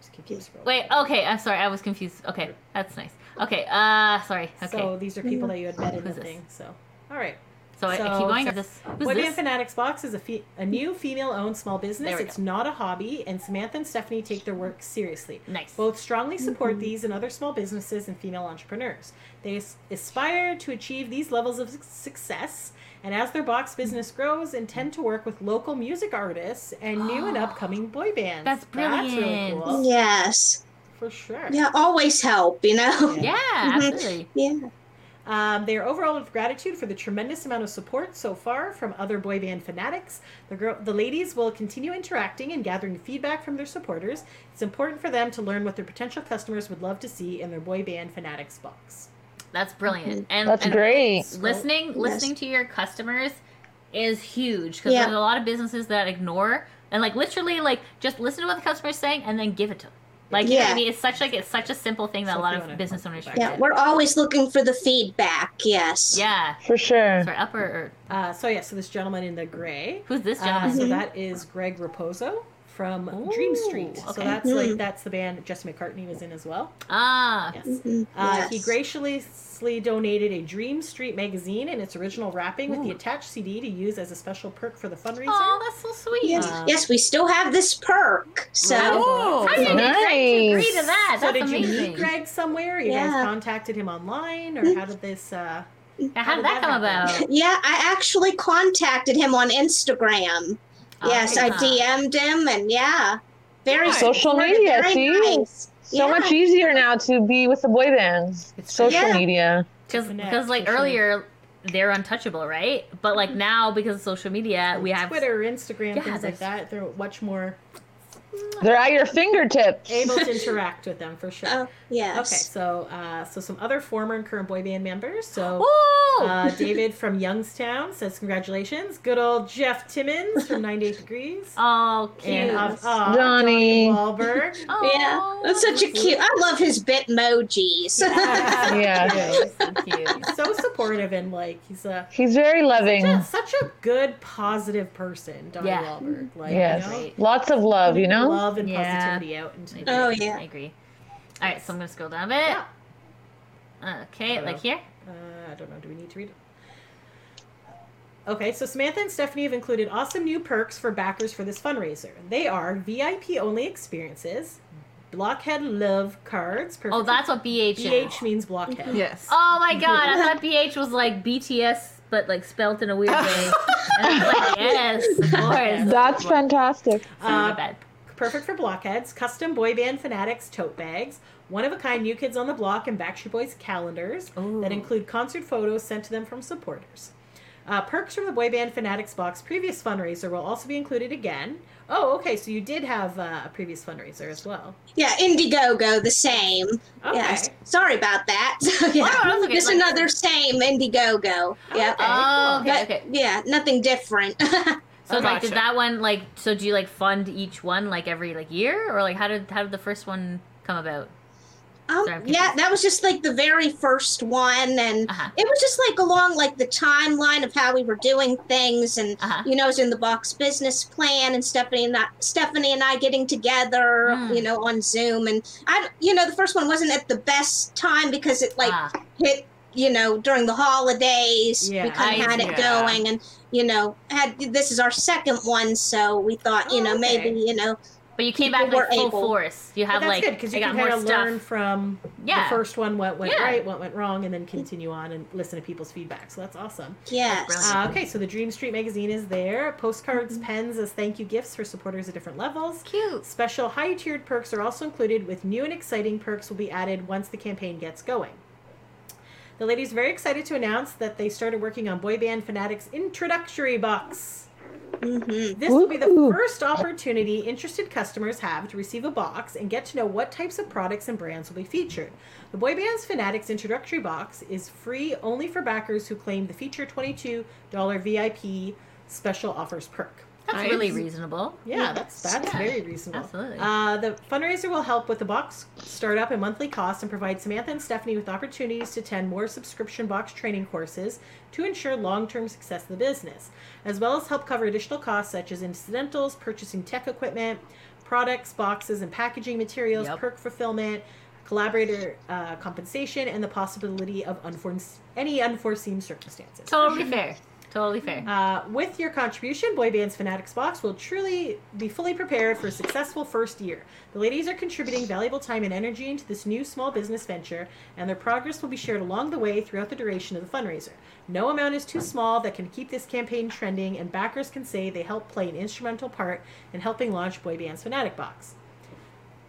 B: Just keep- keep scrolling.
D: Wait. oh. Okay. I'm sorry. I was confused. Okay, that's nice. Okay. Uh, sorry. Okay.
B: So these are people that you had met in
D: Who's
B: the
D: this?
B: thing. So, all right.
D: So, I, I
B: So-
D: keep going.
B: so-
D: Or this, who's
B: What
D: this?
B: Man Fanatics Box is a, fe- a new female owned small business.
D: There we
B: It's not a hobby, and Samantha and Stephanie take their work seriously.
D: Nice.
B: Both strongly support
D: Mm-hmm.
B: these and other small businesses and female entrepreneurs. They as- aspire to achieve these levels of suc- success, and as their box business
D: Mm-hmm.
B: grows, intend to work with local music artists and new
D: [GASPS]
B: and upcoming boy bands.
D: That's
B: really
D: brilliant.
B: cool.
E: Yes.
B: For sure.
E: Yeah, always help, you know?
D: yeah,
E: Mm-hmm.
D: absolutely.
E: Yeah.
B: Um, they are overall of gratitude for the tremendous amount of support so far from other boy band fanatics. The girl, the ladies will continue interacting and gathering feedback from their supporters. It's important for them to learn what their potential customers would love to see in their boy band fanatics box.
D: That's brilliant.
E: Mm-hmm.
D: And
C: That's
D: and
C: great.
D: Listening, listening to your customers is huge because
E: Yeah.
D: there's a lot of businesses that ignore and like literally like just listen to what the customer's saying and then give it to them. Like you know what I
E: Yeah.
D: mean? It's such like it's such a simple thing that
B: So
D: a
B: if
D: lot
B: you
D: of
B: wanna-
D: business owners
B: Yeah,
E: [LAUGHS] Yeah,
D: forget.
E: we're always looking for the feedback, yes.
D: Yeah.
C: For sure.
D: Sorry, upper or
B: Uh, so yeah, so this gentleman in the gray.
D: who's this
B: Uh,
D: gentleman?
B: so that is Greg Raposo from Dream Street.
D: Ooh,
B: So
D: okay.
B: that's
E: Mhm.
B: like that's the band Jesse McCartney was in as well.
D: ah,
B: Yes.
E: Mhm,
B: Uh, He
E: yes.
B: graciously donated a Dream Street magazine and its original wrapping with the attached CD to use as a special perk for the fundraiser.
D: oh, that's so sweet.
E: Yes.
B: Um,
E: yes, we still have this perk. So
A: Oh,
D: How did you agree-
C: Nice.
D: agree to that?
B: so
D: That's
B: did
D: amazing.
B: you meet Greg somewhere? You
E: Yeah. Mm-hmm.
B: guys contacted him online, or how did this? Uh,
D: Yeah, How did that come
B: [LAUGHS]
D: about?
E: yeah, I actually contacted him on Instagram. Yes, I
D: Ah.
E: DM'd him, and yeah, very
C: Social
E: supportive,
C: media,
E: very
C: see?
E: nice.
C: So
E: Yeah.
C: much easier now to be with the boy bands.
B: It's
C: Social
E: Yeah.
C: media.
D: because
B: connect,
D: because like
B: for sure.
D: earlier they're untouchable right but like now because of social media we have
B: Mm-hmm. Twitter, Instagram,
D: Yeah,
B: things like
D: there's-
B: that. They're much more
C: They're at your fingertips.
B: able
D: [LAUGHS]
B: to interact with them for sure.
E: Oh,
B: Okay,
E: yes.
B: so uh, so some other former and current boy band members. So
D: Woo!
B: Uh, David from Youngstown says congratulations. Good old Jeff Timmons from 98
D: [LAUGHS]
B: Degrees.
D: oh cute
B: And uh, uh,
C: Johnny.
B: Wahlberg.
D: [LAUGHS] oh,
E: Yeah, that's such a cute. I love his Bitmojis.
C: Yeah.
B: Yes.
D: so cute
B: [LAUGHS] so supportive and like he's a
C: He's very loving.
B: just such a good, positive person, Donnie
D: Yeah.
B: Wahlberg. Like,
C: Yes.
B: you know,
C: Lots of love, you know?
B: love and
D: Yeah.
B: positivity out
D: [LAUGHS]
B: into the
E: Oh,
D: I agree.
E: yeah.
D: i agree all right so i'm gonna scroll down a bit
B: yeah.
D: okay like here
B: Uh, I don't know. Do we need to read it? Okay, so Samantha and Stephanie have included awesome new perks for backers for this fundraiser. They are VIP only experiences, blockhead love cards.
D: oh that's what bh is
B: BH means
D: [LAUGHS]
B: blockhead.
A: Yes.
D: oh my god i thought bh was like bts but like spelt in a weird way and i was like yes of course
C: That's fantastic.
D: Sorry, my
B: Uh,
D: bad.
B: Perfect for blockheads, custom boy band fanatics tote bags, one of a kind New Kids on the Block and Backstreet Boys calendars
D: Ooh.
B: that include concert photos sent to them from supporters. Uh, perks from the boy band fanatics box previous fundraiser will also be included again. Oh, okay, so you did have uh, a previous fundraiser as well.
E: [LAUGHS] yeah, Indiegogo, the same.
B: Okay.
E: Yes. Sorry about that. [LAUGHS] yeah.
D: Oh, no, that's okay.
E: Just
D: Like-
E: another same Indiegogo. Yeah.
B: okay.
D: oh okay
E: But,
D: okay
E: Yeah, nothing different. [LAUGHS]
D: So like, did
B: Gotcha.
D: that one like? So do you like fund each one like every like year, or like how did how did the first one come about?
E: Um,
D: Sorry, I'm
E: yeah,
D: confused.
E: that was just like the very first one, and
D: Uh-huh.
E: it was just like along like the timeline of how we were doing things, and
D: Uh-huh.
E: you know, it was in the box business plan, and Stephanie and I, Stephanie and I getting together,
D: Hmm.
E: you know, on Zoom, and I, you know, the first one wasn't at the best time because it like
D: Ah,
E: hit, you know, during the holidays,
B: Yeah.
E: we kind
D: I-
E: of had
A: yeah.
E: it going, and you know, had this is our second one, so we thought, you
B: Oh,
E: know,
B: okay.
E: maybe you know,
D: But you came
E: People
D: back like
E: were
D: full
E: able.
D: force. You
B: But
D: have
B: that's
D: like
B: good because
D: I
B: you
D: got
B: can
D: more
B: kind
D: stuff.
B: of learn from
D: Yeah.
B: the first one what went
D: Yeah.
B: right, what went wrong, and then continue on and listen to people's feedback. So that's awesome.
E: Yes.
D: Brilliant.
B: Uh, okay, so the Dream Street magazine is there. Postcards, pens as thank you gifts for supporters at different levels.
D: Cute.
B: Special high tiered perks are also included, with new and exciting perks will be added once the campaign gets going. The ladies are very excited to announce that they started working on Boy Band Fanatics Introductory Box.
E: Mm-hmm.
B: This will be the
C: Ooh.
B: first opportunity interested customers have to receive a box and get to know what types of products and brands will be featured. The Boy Bands Fanatics introductory box is free only for backers who claim the feature $22 VIP special offers perk.
D: That's
A: Nice.
D: really reasonable.
B: Yeah, that's that's
D: Yeah,
B: very reasonable.
D: absolutely.
B: Uh, the fundraiser will help with the box startup and monthly costs, and provide Samantha and Stephanie with opportunities to attend more subscription box training courses to ensure long-term success of the business, as well as help cover additional costs such as incidentals, purchasing tech equipment, products, boxes, and packaging materials,
D: Yep.
B: perk fulfillment. Collaborator uh, compensation and the possibility of unfor- any unforeseen circumstances.
D: Totally fair. Totally fair.
B: Uh, with your contribution, Boy Bands Fanatics Box will truly be fully prepared for a successful first year. The ladies are contributing valuable time and energy into this new small business venture, and their progress will be shared along the way throughout the duration of the fundraiser. No amount is too small that can keep this campaign trending, and backers can say they helped play an instrumental part in helping launch Boy Bands Fanatic Box.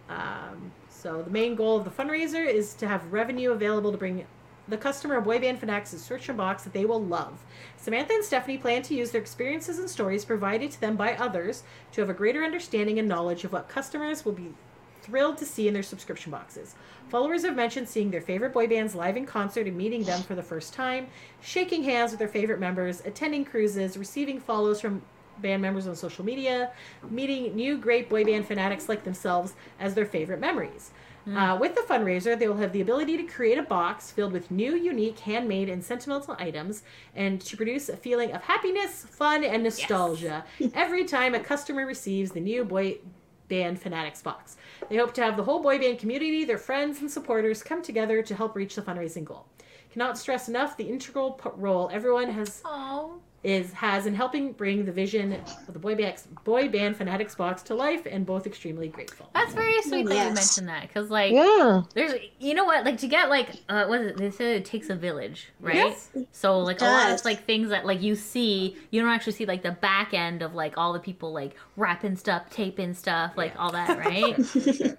B: Um, so the main goal of the fundraiser is to have revenue available to bring the customer of Boyband Fanatics a subscription box that they will love. Samantha and Stephanie plan to use their experiences and stories provided to them by others to have a greater understanding and knowledge of what customers will be thrilled to see in their subscription boxes. Followers have mentioned seeing their favorite boy bands live in concert and meeting them for the first time, shaking hands with their favorite members, attending cruises, receiving follows from band members on social media, meeting new great boy band fanatics like themselves as their favorite memories. Uh, with the fundraiser, they will have the ability to create a box filled with new, unique, handmade, and sentimental items and to produce a feeling of happiness, fun, and nostalgia every time a customer receives the new boy band Fanatics box. They hope to have the whole boy band community, their friends, and supporters come together to help reach the fundraising goal. Cannot stress enough the integral p- role everyone has
D: Oh,
B: is has in helping bring the vision of the boy band, boy band Fanatics box to life, and both extremely grateful.
D: that's very sweet that you
E: Yes.
D: mentioned that because like
C: Yeah.
D: there's you know what like to get like uh what is it they said it takes a village right
B: Yes.
D: so like a lot of
E: does.
D: like things that like you see you don't actually see like the back end of like all the people like wrapping stuff taping stuff like all that
B: [LAUGHS]
D: right yeah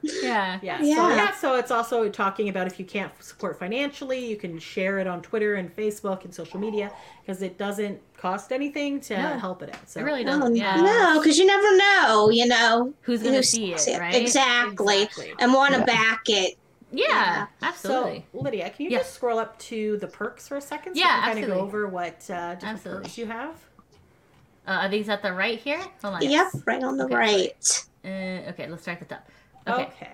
B: Yeah. So,
E: Yeah.
B: yeah. So it's also talking about if you can't support financially, you can share it on Twitter and Facebook and social media because it doesn't cost anything to
D: No.
B: help it out. So
D: it really
E: Oh,
D: doesn't yeah
E: No, because you never know, you know,
D: who's gonna
E: Who's-
D: see it
E: see it,
D: right
E: exactly.
D: Exactly.
E: and want to back it.
D: yeah,
E: Yeah.
D: absolutely
B: So, Lydia, can you
D: Yeah.
B: just scroll up to the perks for a second?
D: Yeah,
B: so we kind of go
D: absolutely.
B: over what uh, different
D: Absolutely.
B: perks you have.
D: uh, are these at the right here hold on
B: Yes.
E: Yep, right on the
D: Okay.
E: right.
D: uh, okay let's start at the top okay
B: Okay.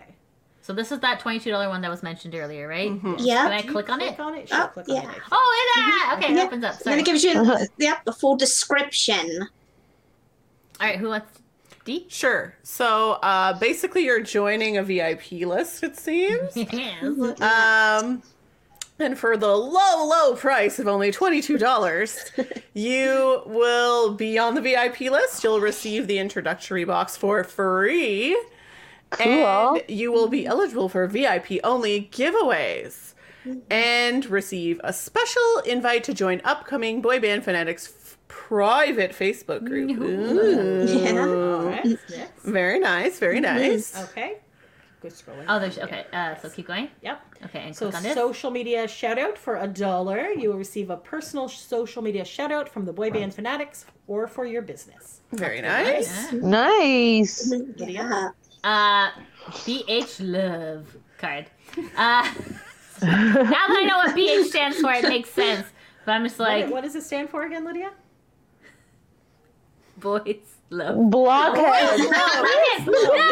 D: so this is that $22 one that was mentioned earlier right
A: Mhm.
D: can
E: Yep.
D: i
B: Do you
D: click on it
B: Click on it. Sure,
E: Oh,
B: click on
E: yeah.
B: it.
D: oh is that okay it
E: Yeah.
D: opens up
E: Then
D: sorry
E: it gives you
C: Uh-huh.
E: yep the full description.
D: all right who wants d
A: Sure. So uh, basically, you're joining a VIP list, it seems.
D: [LAUGHS] yes
E: Uh,
A: Um, and for the low, low price of only $22, you will be on the VIP list. You'll receive the introductory box for free.
C: Cool.
A: And you will be eligible for VIP only giveaways and receive a special invite to join upcoming Boy Band Fanatics f- private Facebook group.
E: Yeah.
B: All
A: Ooh.
B: right.
E: Mm-hmm.
B: Next.
A: Very nice, very nice.
B: Okay. Go scrolling.
D: Oh, there's okay. Uh, so keep going.
B: Yep.
D: Okay, and
B: So
D: click on this.
B: social media shout out for a dollar. You will receive a personal social media shout out from the boy band fanatics or for your business.
A: Very nice.
D: Yeah.
C: Nice.
E: Yeah.
D: Uh, BH love card. Uh, [LAUGHS] now that I know what BH stands for, it makes sense. But I'm just like
B: what, what does it stand for again, Lydia?
D: boys love.
C: Blockhead.
B: [LAUGHS]
D: Blockhead! [LAUGHS]
E: [LAUGHS]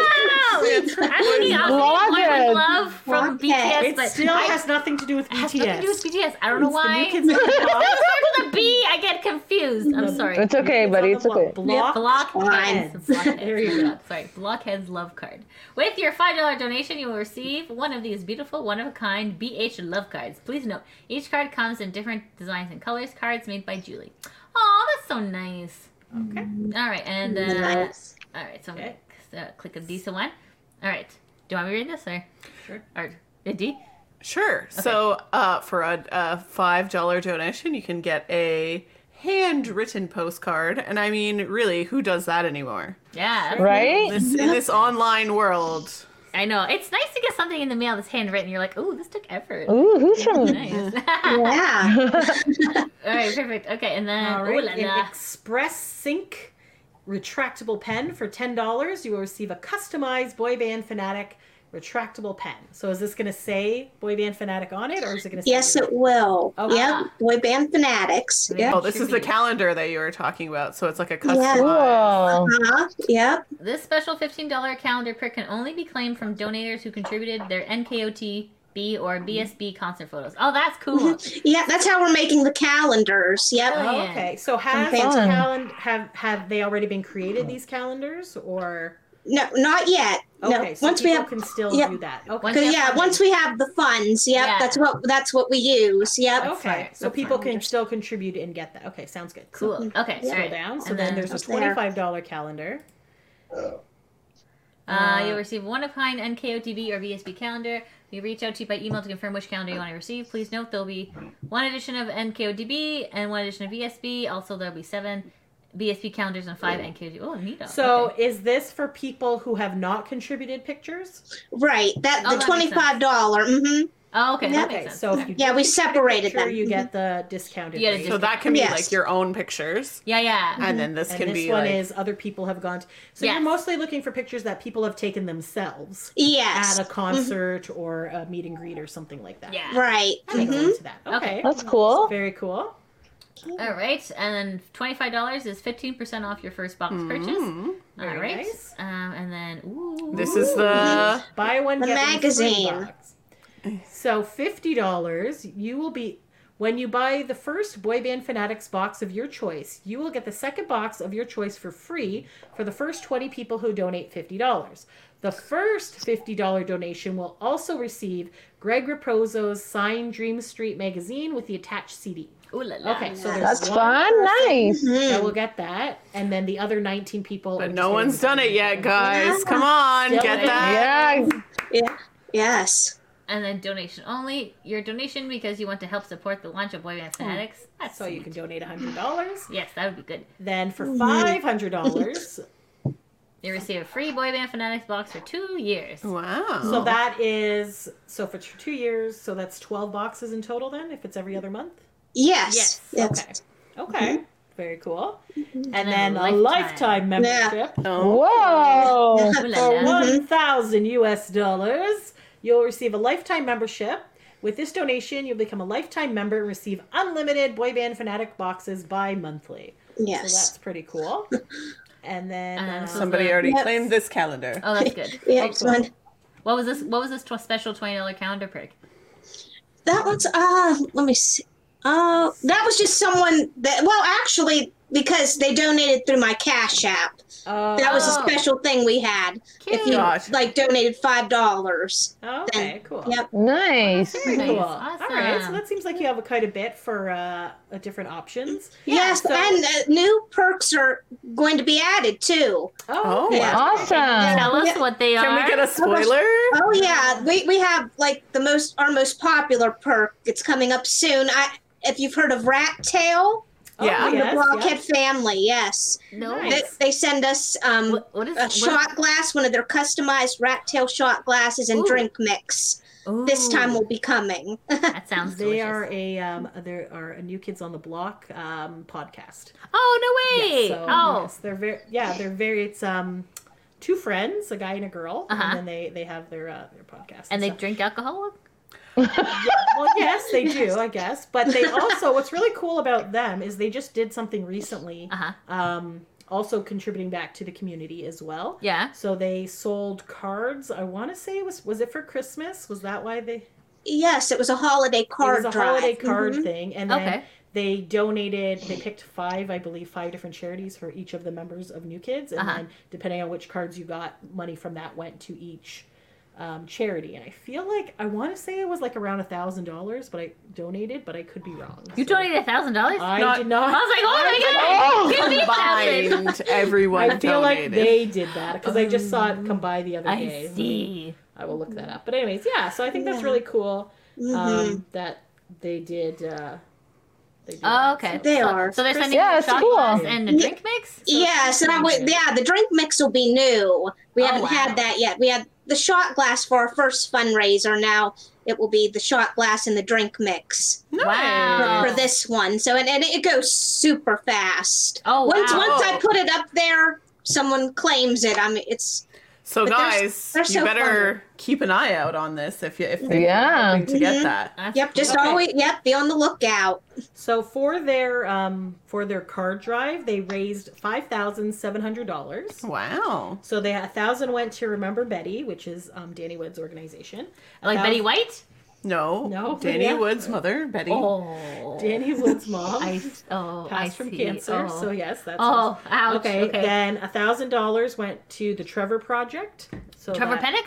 D: No, I'm thinking of boy
C: Blockhead.
D: love from
E: Blockhead.
D: BTS,
B: It
D: but
B: still
D: I-
B: has nothing to do with BTS.
D: has nothing to do with BTS. I don't know why.
B: The new kids on the block.
D: [LAUGHS] It starts with a B. I get confused. I'm sorry.
C: It's okay,
B: Kids
C: buddy.
B: on
C: It's
B: the
C: okay.
B: Block. block.
D: Blockheads.
B: Blockheads. There you go.
D: Sorry, Blockheads Love Card. With your $5 donation, you will receive one of these beautiful, one of a kind BH Love Cards. Please note, each card comes in different designs and colors. Cards made by Julie. Oh, that's so nice.
B: Okay.
D: All right, and uh,
E: Nice.
D: all right, so I'm
B: Okay.
D: gonna uh, click a decent one. All right. Do you want me to read this or?
B: Sure.
D: Or uh, D?
A: Sure. So uh, for a, a five dollar donation, you can get a handwritten postcard, and I mean, really, who does that anymore?
D: Yeah. that's-
C: Right?
A: This, in this online world,
D: I know. It's nice to get something in the mail that's handwritten. You're like, oh, this took effort.
C: Ooh, who's from?
D: Nice.
E: Yeah.
D: [LAUGHS] All right, perfect. Okay, and then
B: All
D: ooh,
B: right,
D: la,
B: an
D: la.
B: Express Sync retractable pen for ten dollars. You will receive a customized Boy Band Fanatic retractable pen. So is this going to say Boy Band Fanatic on it, or is it going to?
E: Yes,
B: say
E: it will.
B: Okay.
E: Yep. Boy band fanatics.
D: Yeah.
E: Yep.
A: oh, this is the
D: Contribute.
A: calendar that you were talking about. So it's like a
E: Yeah.
A: customized.
C: Cool.
E: Uh-huh. Yep.
D: This special $15 calendar prick can only be claimed from donators who contributed their NKOT B or BSB concert photos. Oh, that's cool.
E: Yeah. That's how we're making the calendars. Yep.
D: Oh,
B: Oh,
D: yeah.
B: okay. So has
E: Some
C: fans-
B: calend- have have they already been created these calendars or
E: No, not yet.
B: okay?
E: no.
B: So
E: Once we
B: people
E: have.
B: can still
E: yep.
B: do that. Okay.
D: Once-
E: 'cause,
D: have
E: yeah,
D: funds.
E: once we have the funds, yep,
D: Yeah.
E: that's what that's what we use. Yep.
B: Okay,
D: That's
B: so
D: fine.
B: people can still contribute and get that. Okay, sounds good. So
D: Cool. Okay,
E: Yeah.
D: all
B: Scroll
D: right.
B: down. So
D: And
B: then, there's a
E: Up there.
B: twenty-five dollar calendar.
D: Uh, you'll receive one of kind NKOTB or BSB calendar. We reach out to you by email to confirm which calendar you want to receive. Please note there'll be one edition of NKOTB and one edition of BSB. Also, there'll be seven BSB calendars and five NKOTB. Oh, neato.
B: So
D: Okay.
B: is this for people who have not contributed pictures?
E: Right. That
D: Oh,
E: the
D: that
E: twenty
D: makes sense.
E: five dollar. Mm-hmm.
D: oh, okay. that
B: okay,
D: makes sense.
B: so if you
E: Yeah, we separated
B: picture,
E: them. Mm-hmm.
B: you get the discounted.
D: You get a
B: rate.
A: So that can be
E: Yes.
A: like your own pictures,
D: [LAUGHS] yeah, yeah.
A: and then this
B: Mm-hmm. and
A: can
B: this
A: be
B: one
A: like
B: is other people have gone. To, so
D: Yes.
B: you're mostly looking for pictures that people have taken themselves
E: Yes.
B: at a concert or a meet and greet or something like that.
D: Yeah.
E: Right.
B: Okay, go
E: hmm
B: into that. Okay,
C: That's cool.
B: very cool.
D: All right, and then twenty-five dollars is fifteen percent off your first box purchase.
A: Mhm.
D: All
B: Very
D: right,
B: nice.
D: um, and then ooh,
A: This is the
B: Buy one
E: The
B: get one free
E: magazine.
B: box. So fifty dollars, you will be when you buy the first Boy Band Fanatics box of your choice, you will get the second box of your choice for free for the first 20 people who donate $50. The first $50 donation will also receive Greg Raposo's signed Dream Street magazine with the attached CD.
D: ooh la la.
B: Okay, so there's
C: That's
B: one
C: fun.
B: person
C: Nice.
E: mm-hmm,
B: That will get that, and then the other 19 people.
A: Hmm. But
B: are just
A: no
B: gonna
A: one's
B: be
A: done it
B: donating
A: yet,
B: it.
A: guys. Come on,
B: Yeah.
A: get that.
C: Yeah.
E: Yeah. Yes.
D: and then donation only. Your donation because you want to help support the launch of Boy Band Fanatics. That's
B: So you can
D: sweet.
B: donate $100.
D: Yes, that would be good.
B: Then for five hundred dollars,
D: You receive a free Boy Band Fanatics box for two years.
A: Wow.
B: so that is so for t- two years. So that's twelve boxes in total. Then, if it's every other month.
E: Yes. Yes.
B: Okay. Okay. Very cool. And,
D: And
B: then,
D: then
B: a lifetime,
D: lifetime.
B: membership
A: Oh.
C: Whoa.
D: Ooh la
B: for
D: la.
B: one thousand U.S. dollars. You'll receive a lifetime membership. With this donation, you'll become a lifetime member and receive unlimited Boy Band Fanatic boxes bi-monthly. So
E: Yes.
B: that's pretty cool. And then
D: And
B: uh,
D: so
A: Somebody already
E: Yes.
A: claimed this calendar.
D: Oh, that's good.
E: [LAUGHS] Yeah,
B: Excellent.
E: one-
D: What was this? What was this tw- special twenty dollar calendar prick?
E: That one's uh let me see. Uh that was just someone that well actually because they donated through my cash app.
B: oh,
E: That was a
D: Oh.
E: special thing we had.
D: Cute.
E: If you
A: Gosh.
E: like donated five dollars.
B: okay, cool.
E: Yep.
C: Nice.
D: Very nice.
B: Cool.
D: Awesome.
B: All right. So that seems like you have quite a bit for uh, uh, different options.
E: yes,
B: so-
E: and uh, new perks are going to be added too.
A: Oh,
B: okay.
E: Yeah.
C: Awesome.
D: Tell us
E: Yeah.
D: what they are.
A: Can we get a spoiler?
E: Oh yeah, we we have like the most our most popular perk. It's coming up soon. I if you've heard of Rat Tail,
A: Yeah.
B: Oh,
E: the
B: yes,
E: Blockhead
B: yes.
E: family, yes,
D: No.
E: they, they send us um
D: What, what is
E: a
D: what-
E: shot glass, one of their customized rat tail shot glasses and
D: Ooh.
E: drink mix. This
D: Ooh,
E: time will be coming.
D: that sounds
B: They
D: delicious.
B: are a um, there are a new kids on the block um, podcast.
D: Oh no way!
B: Yes, so,
D: oh,
B: yes, they're very yeah they're very it's um two friends a guy and a girl
D: Uh-huh.
B: and then they they have their uh, their podcast
D: and they
B: stuff.
D: drink alcohol.
B: well yes they do I guess but they also what's really cool about them is they just did something recently
D: Uh huh.
B: um, also contributing back to the community as well.
D: Yeah.
B: So they sold cards. I want to say it was was it for Christmas? Was that why they
E: yes, it was a holiday card
B: it was a
E: drive.
B: holiday card
E: Mhm.
B: thing? And then
D: Mm-hmm. Okay.
B: they donated. They picked five, I believe, five different charities for each of the members of New Kids, and
D: Uh-huh.
B: then depending on which cards you got, money from that went to each um, charity, and I feel like I want to say it was like around a thousand dollars, but I donated, but I could be wrong.
D: You
B: So
D: donated a thousand dollars. I
B: I
A: Not-
B: did not.
D: was like, oh my god, give me a thousand.
A: Combined, everyone
B: I feel like
A: donated.
B: they did that because I just saw it come by the other day.
D: Um, I see.
B: I will look that up. But anyways, yeah. So I think that's
E: Yeah.
B: really cool
E: Mhm.
D: Mm-hmm.
B: um, that they did. Uh, they did
D: Oh,
B: that,
D: okay.
B: so-
E: Mm-hmm. They
D: so,
E: are.
D: So they're sending
C: Yeah,
D: you a
C: it's
D: shot
C: cool.
D: glass and a
E: Yeah.
D: drink mix.
E: yeah, so that way, yeah, the drink mix will be new. We
D: Oh,
E: haven't
D: wow.
E: had that yet. We had the shot glass for our first fundraiser. Now it will be the shot glass and the drink mix
A: Nice.
D: Wow.
E: for this one. So and, and it goes super fast.
D: Oh,
E: once
D: wow.
E: once I put it up there, someone claims it. I mean, it's
A: So
E: But they're s-
A: guys,
E: they're so
A: you better keep an eye out on this if you if they're
C: Yeah.
A: hoping to get
E: Mhm.
A: that.
D: That's
E: yep, just
D: cool.
B: Okay.
E: always yep, be on the lookout.
B: So for their um, for their card drive, they raised five thousand seven hundred dollars.
A: Wow.
B: So they a thousand went to Remember Betty, which is um, Danny Wood's organization. A
D: like Betty
B: thousand-
D: White.
A: No.
B: No,
A: Danny
B: yeah.
A: Wood's mother, Betty.
D: Oh,
B: Danny Wood's mom
D: [LAUGHS] I oh I
B: passed from
D: see.
B: cancer.
D: Oh.
B: So yes, that's
D: Oh, ouch.
B: okay.
D: Okay.
B: Then a thousand dollars went to the Trevor Project. So
D: Trevor
B: that-
D: Pennick?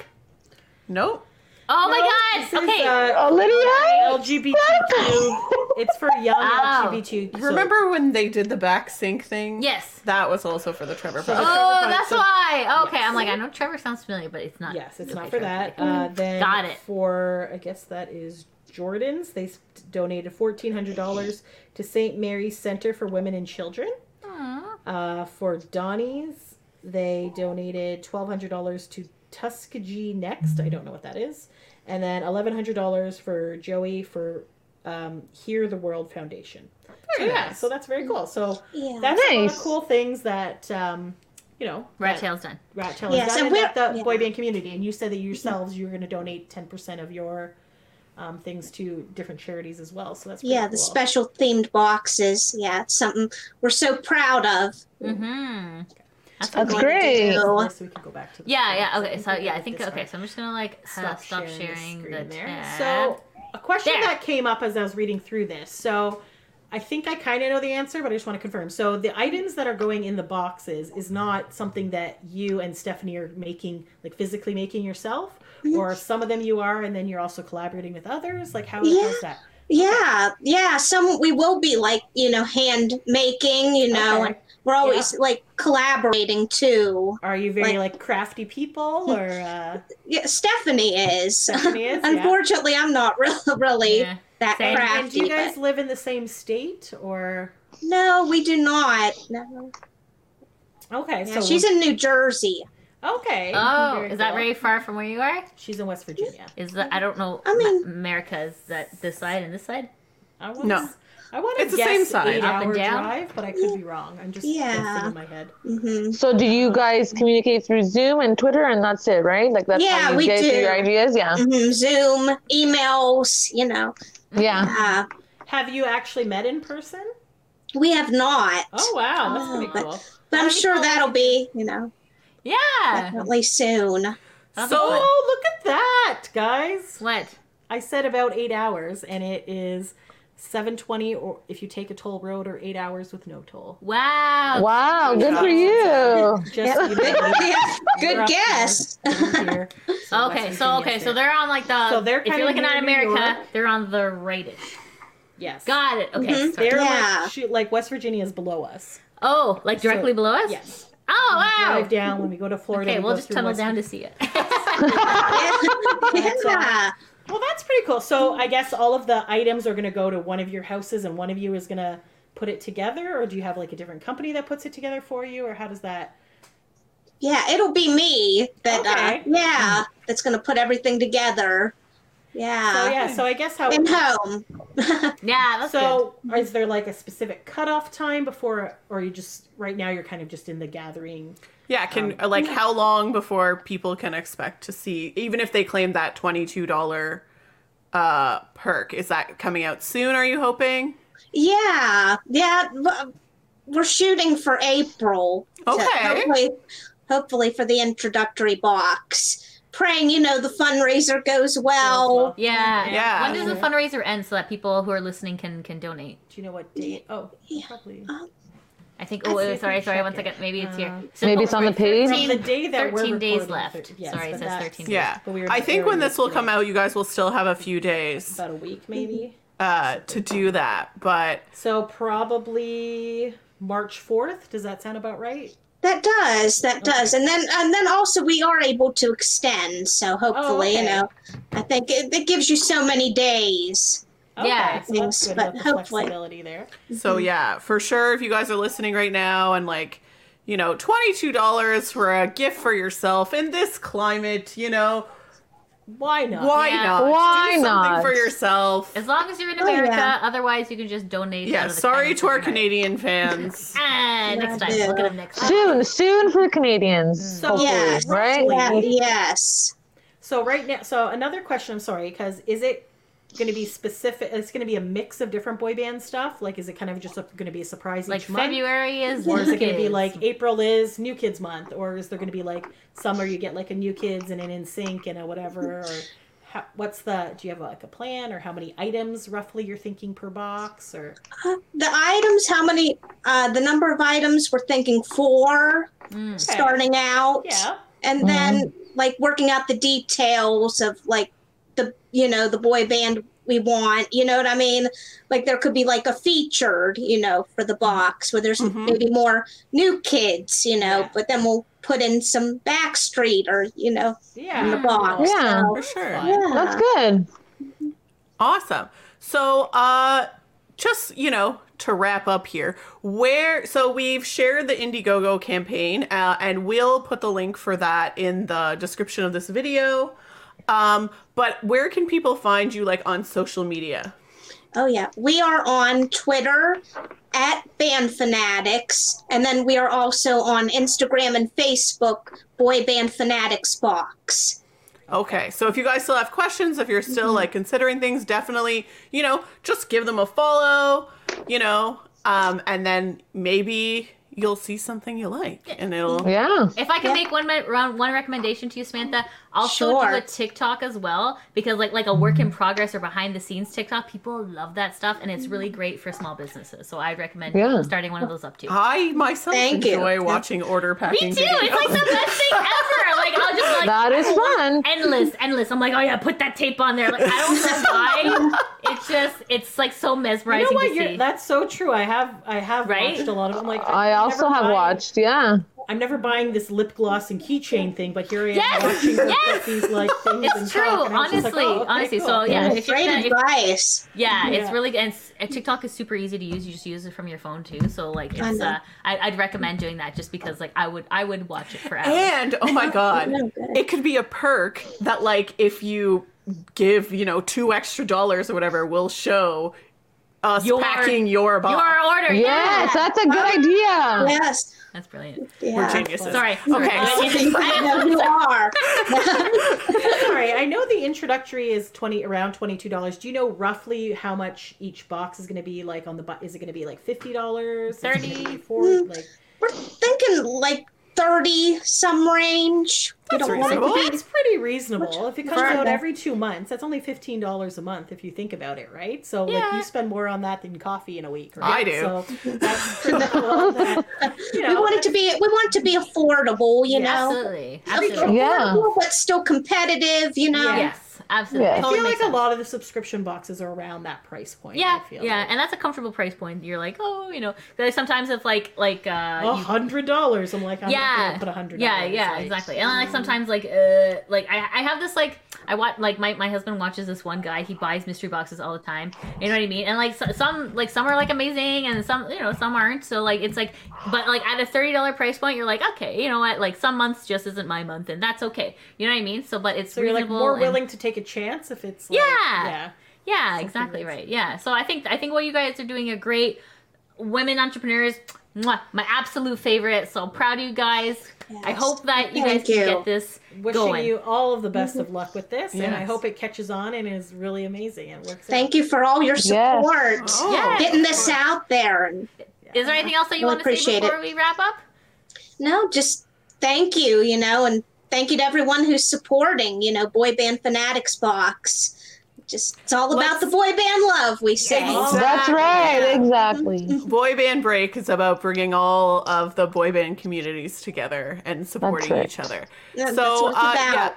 A: Nope.
D: Oh
B: No,
D: my
B: this
D: god.
B: is,
D: Okay.
B: uh,
C: Oh, Olivia?
B: LGBTQ. it's for young
D: Oh.
B: LGBTQ. so-
A: Remember when they did the back sync thing?
D: yes.
A: That was also for the Trevor
B: So-
A: Project.
D: Oh,
B: Trevor
D: that's
B: Pennick.
D: why. Okay,
B: Yes.
D: I'm like I know Trevor sounds familiar, but it's not.
B: Yes, it's
D: Okay,
B: not for
D: Trevor
B: that.
D: Pennick.
B: Uh, then
D: Got it.
B: For I guess that is Jordan's. They s- donated fourteen hundred dollars to St. Mary's Center for Women and Children.
D: Aw.
B: Uh, for Donnie's, they donated twelve hundred dollars to Tuskegee Next. I don't know what that is, and then eleven hundred dollars for Joey for um, Hear the World Foundation. So,
A: Very
B: yeah,
A: nice.
B: so that's very cool. So
E: Yeah.
B: that's a lot of
C: Nice.
B: cool things that um, you know.
D: Rat
B: that-
D: Tail's done.
B: Rat Tail
E: Yeah,
B: is
E: so
B: done
E: we're-
B: at the
E: yeah.
B: boy band community, and you said that yourselves you were going to donate ten percent of your um, things to different charities as well. So that's pretty
E: Yeah, the
B: cool.
E: special themed boxes. Yeah, it's something we're so proud of.
D: Mm-hmm.
C: That's
E: What
C: great.
E: they do.
B: So we can go back to the
D: Yeah, yeah.
B: slides.
D: Okay, so
B: we
D: yeah, I
B: did
D: think
B: this
D: okay.
B: one.
D: So I'm just gonna like uh, stop, sharing, the,
B: screen
D: tab.
B: So a question
D: There.
B: that came up as I was reading through this. So I think I kind of know the answer, but I just want to confirm. So the items that are going in the boxes is not something that you and Stephanie are making, like physically making yourself, or some of them you are, and then you're also collaborating with others. Like how
E: Yeah.
B: how's that?
E: Yeah, yeah. Some we will be like you know hand making. You know,
B: Okay.
E: and we're always like collaborating too.
B: Are you very like,
E: Like-
B: crafty people,
E: [LAUGHS]
B: or uh,
E: Yeah, Stephanie is.
B: Stephanie is? [LAUGHS] Yeah.
E: Unfortunately, I'm not re- [LAUGHS] really
D: Yeah.
E: that
D: Same.
B: And,
E: crafty.
B: and do you guys
E: but-
B: live in the same state, or
E: No, we do not. No.
B: okay?
E: Yeah,
B: so
E: she's in New Jersey.
B: okay.
D: Oh, is that
B: cool.
D: very far from where you are?
B: She's in West Virginia.
D: Is that I don't know.
E: I mean-
D: Ma- America is that this side and this side?
B: I want
A: No.
B: I want to
A: It's the
B: guess
A: same side.
B: eight
D: Up and
B: hour
D: down?
B: drive, but I could be wrong. I'm just
E: Yeah.
B: guessing in my head.
E: hmm
C: So do you guys communicate through Zoom and Twitter and that's it, right? Like that's
E: Yeah,
C: how you
E: we
C: get
E: do.
C: your ideas? Yeah.
E: hmm Zoom, emails. You know,
C: Yeah.
B: Uh-huh.
E: uh,
B: Have you actually met in person?
E: we have not.
B: Oh wow, that's pretty
E: Oh.
B: cool.
E: but I'm
D: that'd be
E: sure
D: cool.
E: that'll be you know
D: Yeah.
E: definitely soon.
D: That'll be
A: So-
D: fun.
B: Oh, look at that, guys!
D: what?
B: I said about eight hours, and it is seven twenty, or if you take a toll road, or eight hours with no toll.
D: Wow.
C: Wow, good for you.
B: Just
E: [LAUGHS] Yeah.
B: you know,
E: Good
B: up
E: guess. [LAUGHS]
B: here, so West
D: Okay, so
B: Virginia
D: okay,
B: is there.
D: so they're on like the.
B: So they're
D: if
B: kinda
D: you're looking
B: near
D: at
B: New
D: America,
B: York.
D: they're on the rightish.
B: yes,
D: Got it. Okay.
E: Mhm.
D: sorry.
B: They're
E: Yeah.
B: like, shoot, like West Virginia is below us.
D: Oh, like directly
B: So-
D: below us.
B: Yes,
D: Oh wow.
B: drive down when we go to Florida.
D: Okay,
B: we
D: we'll
B: go
D: just
B: through
D: tunnel
B: West
D: down to see it.
B: [LAUGHS] That's all.
E: yeah.
B: Well, that's pretty cool. So I guess all of the items are going to go to one of your houses, and one of you is going to put it together, or do you have like a different company that puts it together for you, or how does that?
E: Yeah, it'll be me that
B: Okay.
E: uh, yeah, that's gonna put everything together.
B: so
E: Yeah.
B: yeah, so I guess how.
E: In home.
D: yeah, that's
B: So is there like a specific cutoff time before, or you just right now you're kind of just in the gathering?
A: Yeah,
D: Um,
A: can uh, like how long before people can expect to see even if they claim that $22 uh perk, is that coming out soon are you hoping?
E: Yeah. Yeah. w- We're shooting for April. to-
A: Okay.
E: hopefully hopefully for the introductory box. Praying, you know, the fundraiser goes well.
B: well.
D: good. Yeah.
A: Yeah.
D: When does the fundraiser end so that people who are listening can can donate?
B: Do you know what date? Oh,
D: Um,
E: Yeah.
B: probably.
D: I think. Oh,
B: I see if I
D: sorry,
B: can
D: sorry.
B: check
D: One
B: it.
D: second. Maybe it's here.
B: Uh,
D: So-
C: Maybe
D: oh,
C: it's on the
D: right,
C: page?
D: 13
B: From the day that we're
D: 13 days
B: recording,
D: left.
B: thir- yes,
D: sorry, it
B: but
D: says
B: that's-
D: 13 days.
A: Yeah.
B: But we were-
A: I think
B: we
A: when
B: were
A: this will
B: doing
A: come
B: it.
A: out, you guys will still have a few days
B: about a week maybe.
A: uh, to do that. But
B: So probably March fourth. Does that sound about right?
E: That does, that does, and then and then also we are able to extend. So hopefully,
B: Oh, okay.
E: you know, I think it, it gives you so many days.
D: Yeah,
B: so that's good
E: but
B: about the
E: hopefully-
B: flexibility there.
A: so
D: Mm-hmm.
A: yeah, for sure, if you guys are listening right now and like, you know, twenty two dollars for a gift for yourself in this climate, you know,
B: Why not?
A: why
D: Yeah.
A: not?
C: Why
A: do something
C: not?
A: for yourself?
D: As long as you're in
E: Oh, yeah.
D: America, otherwise you can just donate. out
A: Yeah.
D: of the
A: Sorry
D: kindness
A: to
D: of
A: our
D: your heart.
A: Canadian
D: [LAUGHS]
A: fans.
D: Ah, next time,
E: Yeah.
D: look at him next time.
C: Soon, soon for the Canadians,
B: So-
C: hopefully,
E: Yes.
C: right?
E: Yeah, yes.
B: So right now, so another question. I'm sorry, because is it going to be specific? It's going to be a mix of different boy band stuff. Like, is it kind of just going to be a surprise
D: Like
B: each month?
D: February
B: [LAUGHS]
D: is.
B: Or is
D: New
B: it going to be
D: Kids.
B: like April is New Kids Month, or is there going to be like summer you get like a New Kids and an In Sync and a whatever, or how, what's the? Do you have like a plan or how many items roughly you're thinking per box or?
E: The items, how many? Uh, the number of items we're thinking four
D: Mm.
E: starting out,
B: Yeah.
E: and then like working out the details of like the you know the boy band we want. You know what I mean? Like there could be like a featured, you know, for the box where there's
A: Mhm.
E: maybe more new kids, you know,
B: Mm-hmm. Yeah.
E: but then we'll put in some Backstreet or you know in the
B: Yeah.
E: box.
C: Yeah.
E: So,
A: For sure.
B: fun.
E: yeah.
C: That's good.
A: Awesome. So, uh, just you know, to wrap up here, where so we've shared the Indiegogo campaign, uh, and we'll put the link for that in the description of this video. Um, but where can people find you, like on social media?
E: Oh yeah, we are on Twitter at Band Fanatics, and then we are also on Instagram and Facebook, Boy Band Fanatics Box.
A: Okay, so if you guys still have questions, if you're still like considering things, definitely, you know, just give them a follow, you know, um, and then maybe you'll see something you like, and it'll
C: Yeah.
D: If I can
E: Yeah.
D: make one mi- run- one recommendation to you, Samantha, also
E: Sure.
D: do a TikTok as well because like like a work in progress or behind the scenes TikTok, people love that stuff and it's really great for small businesses. So I recommend
C: Yeah.
D: starting one of those up too.
A: I myself
E: Thank you.
A: enjoy watching order packing.
D: Me too. It's
A: videos.
D: like the best thing ever. Like I'll
B: [LAUGHS]
D: just like
C: That is fun.
D: endless, endless. I'm like, oh yeah, put that tape on there. Like I don't know
B: [LAUGHS]
D: why. It's just it's like so
B: You
D: mesmerizing
B: know what?
D: to see.
B: You're, that's so true. I have I have
D: Right?
B: watched a lot of. I'm like
C: I
B: I'm
C: also
B: never
C: have
B: buying-
C: watched, yeah.
B: I'm never buying this lip gloss and keychain thing, but here I am
D: Yes!
B: watching her put
D: Yes!
B: these like things. in
D: it's true,
B: stock, and I'm just like,
D: honestly,
B: oh, okay,
D: honestly.
B: cool.
D: So yeah, if you're
E: Great
D: gonna, if
E: advice.
D: Yeah, it's
B: Yeah.
D: really and s- and TikTok is super easy to use. You just use it from your phone too. So like,
E: I
D: it's
E: know.
D: uh, I, I'd recommend doing that just because like I would I would watch it for hours.
A: And oh
E: [LAUGHS]
A: my god,
E: Oh, good.
A: it could be a perk that like if you give you know two extra dollars or whatever, will show us
D: Your-
A: packing your box.
D: your order,
C: Yes, that's a good
D: Oh.
C: idea.
E: Yes.
D: that's brilliant.
A: We're
E: Yeah.
A: geniuses.
D: Sorry,
A: Okay.
D: sorry.
E: I know you are.
B: [LAUGHS] Sorry, I know the introductory is twenty around twenty two dollars. Do you know roughly how much each box is going to be like on the? bu- Is it going to be like fifty dollars,
D: Thirty.
B: like
E: We're thinking like thirty some range. We
A: That's
E: don't want it
A: reasonable.
E: to be
B: it's pretty reasonable. If it comes
E: Right.
B: out every two months, that's only fifteen dollars a month if you think about it, right? So like
D: Yeah.
B: you spend more on that than coffee in a week,
A: I
B: right?
A: do.
B: So that's pretty cool. That,
D: [LAUGHS]
B: you know,
E: we want it to be we want it to be affordable, you
B: Yeah,
E: know.
D: Absolutely, absolutely.
C: Yeah.
E: Affordable, but still competitive, you know.
B: Yeah.
D: Yes, absolutely.
C: Yeah. I
B: I
D: Totally
B: feel like
D: makes
B: a
D: sense.
B: lot of the subscription boxes are around that price point.
D: Yeah,
B: I feel
D: yeah,
B: like.
D: and that's a comfortable price point. You're like, oh, you know, there's sometimes if like like uh,
B: a
D: you-
B: hundred dollars. I'm like, I'm not
D: yeah,
B: gonna put a hundred. mm.
D: yeah, yeah, exactly. And like sometimes like uh like I, I have this like I watch like my, my husband watches this one guy. He buys mystery boxes all the time. You know what I mean? And like so, some like some are like amazing and some you know some aren't. So like it's like but like at a thirty dollar price point, you're like okay, you know what? Like some months just isn't my month, and that's okay. You know what I mean? So but it's
B: So you're
D: reasonable.
B: like more
D: and-
B: willing to take a chance if it's like,
D: Yeah.
B: yeah.
D: yeah,
B: Something
D: exactly
B: that's-
D: right. Yeah. So I think I think what you guys are doing are great. Women entrepreneurs, mwah, my absolute favorite. So proud of you guys. I
E: Yes.
D: hope that you guys
E: Thank
D: can
E: you.
D: get this
B: Wishing
D: going.
B: you all of the best of luck with this, and I
A: Yes.
B: hope it catches on and is really amazing and works.
E: Thank you for all your
C: Yes.
E: support.
A: Oh,
D: Yes.
E: Getting this out there. And
D: Is there anything else that you
E: Well,
D: want to say
E: appreciate
D: before we wrap up?
E: no, just thank you, you know, and thank you to everyone who's supporting, you know, Boy Band Fanatics Box. Just it's all about
A: Let's-
E: the boy band love we say.
A: Exactly.
C: That's right, exactly.
A: Boy Band Break is about bringing all of the boy band communities together and supporting
C: That's
A: each
C: it.
A: other.
E: Yeah, that's
A: so,
E: what it's
A: uh,
E: about.
A: yeah.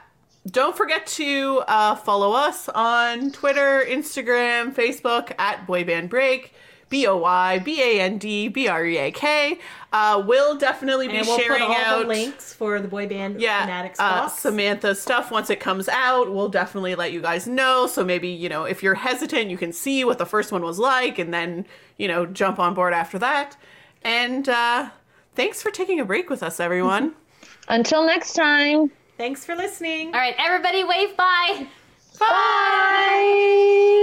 A: Don't forget to uh, follow us on Twitter, Instagram, Facebook at Boy Band Break, B O Y B A N D B R E A K. Uh, we'll definitely be
B: And we'll put
A: sharing
B: all
A: out
B: the links for the boy band
A: yeah,
B: fanatics
A: uh,
B: box.
A: Samantha's stuff once it comes out. We'll definitely let you guys know. So maybe you know if you're hesitant, you can see what the first one was like, and then you know jump on board after that. And uh, thanks for taking a break with us, everyone.
C: Until next time.
B: Thanks for listening.
D: All right, everybody, wave bye.
A: Bye.
C: Bye.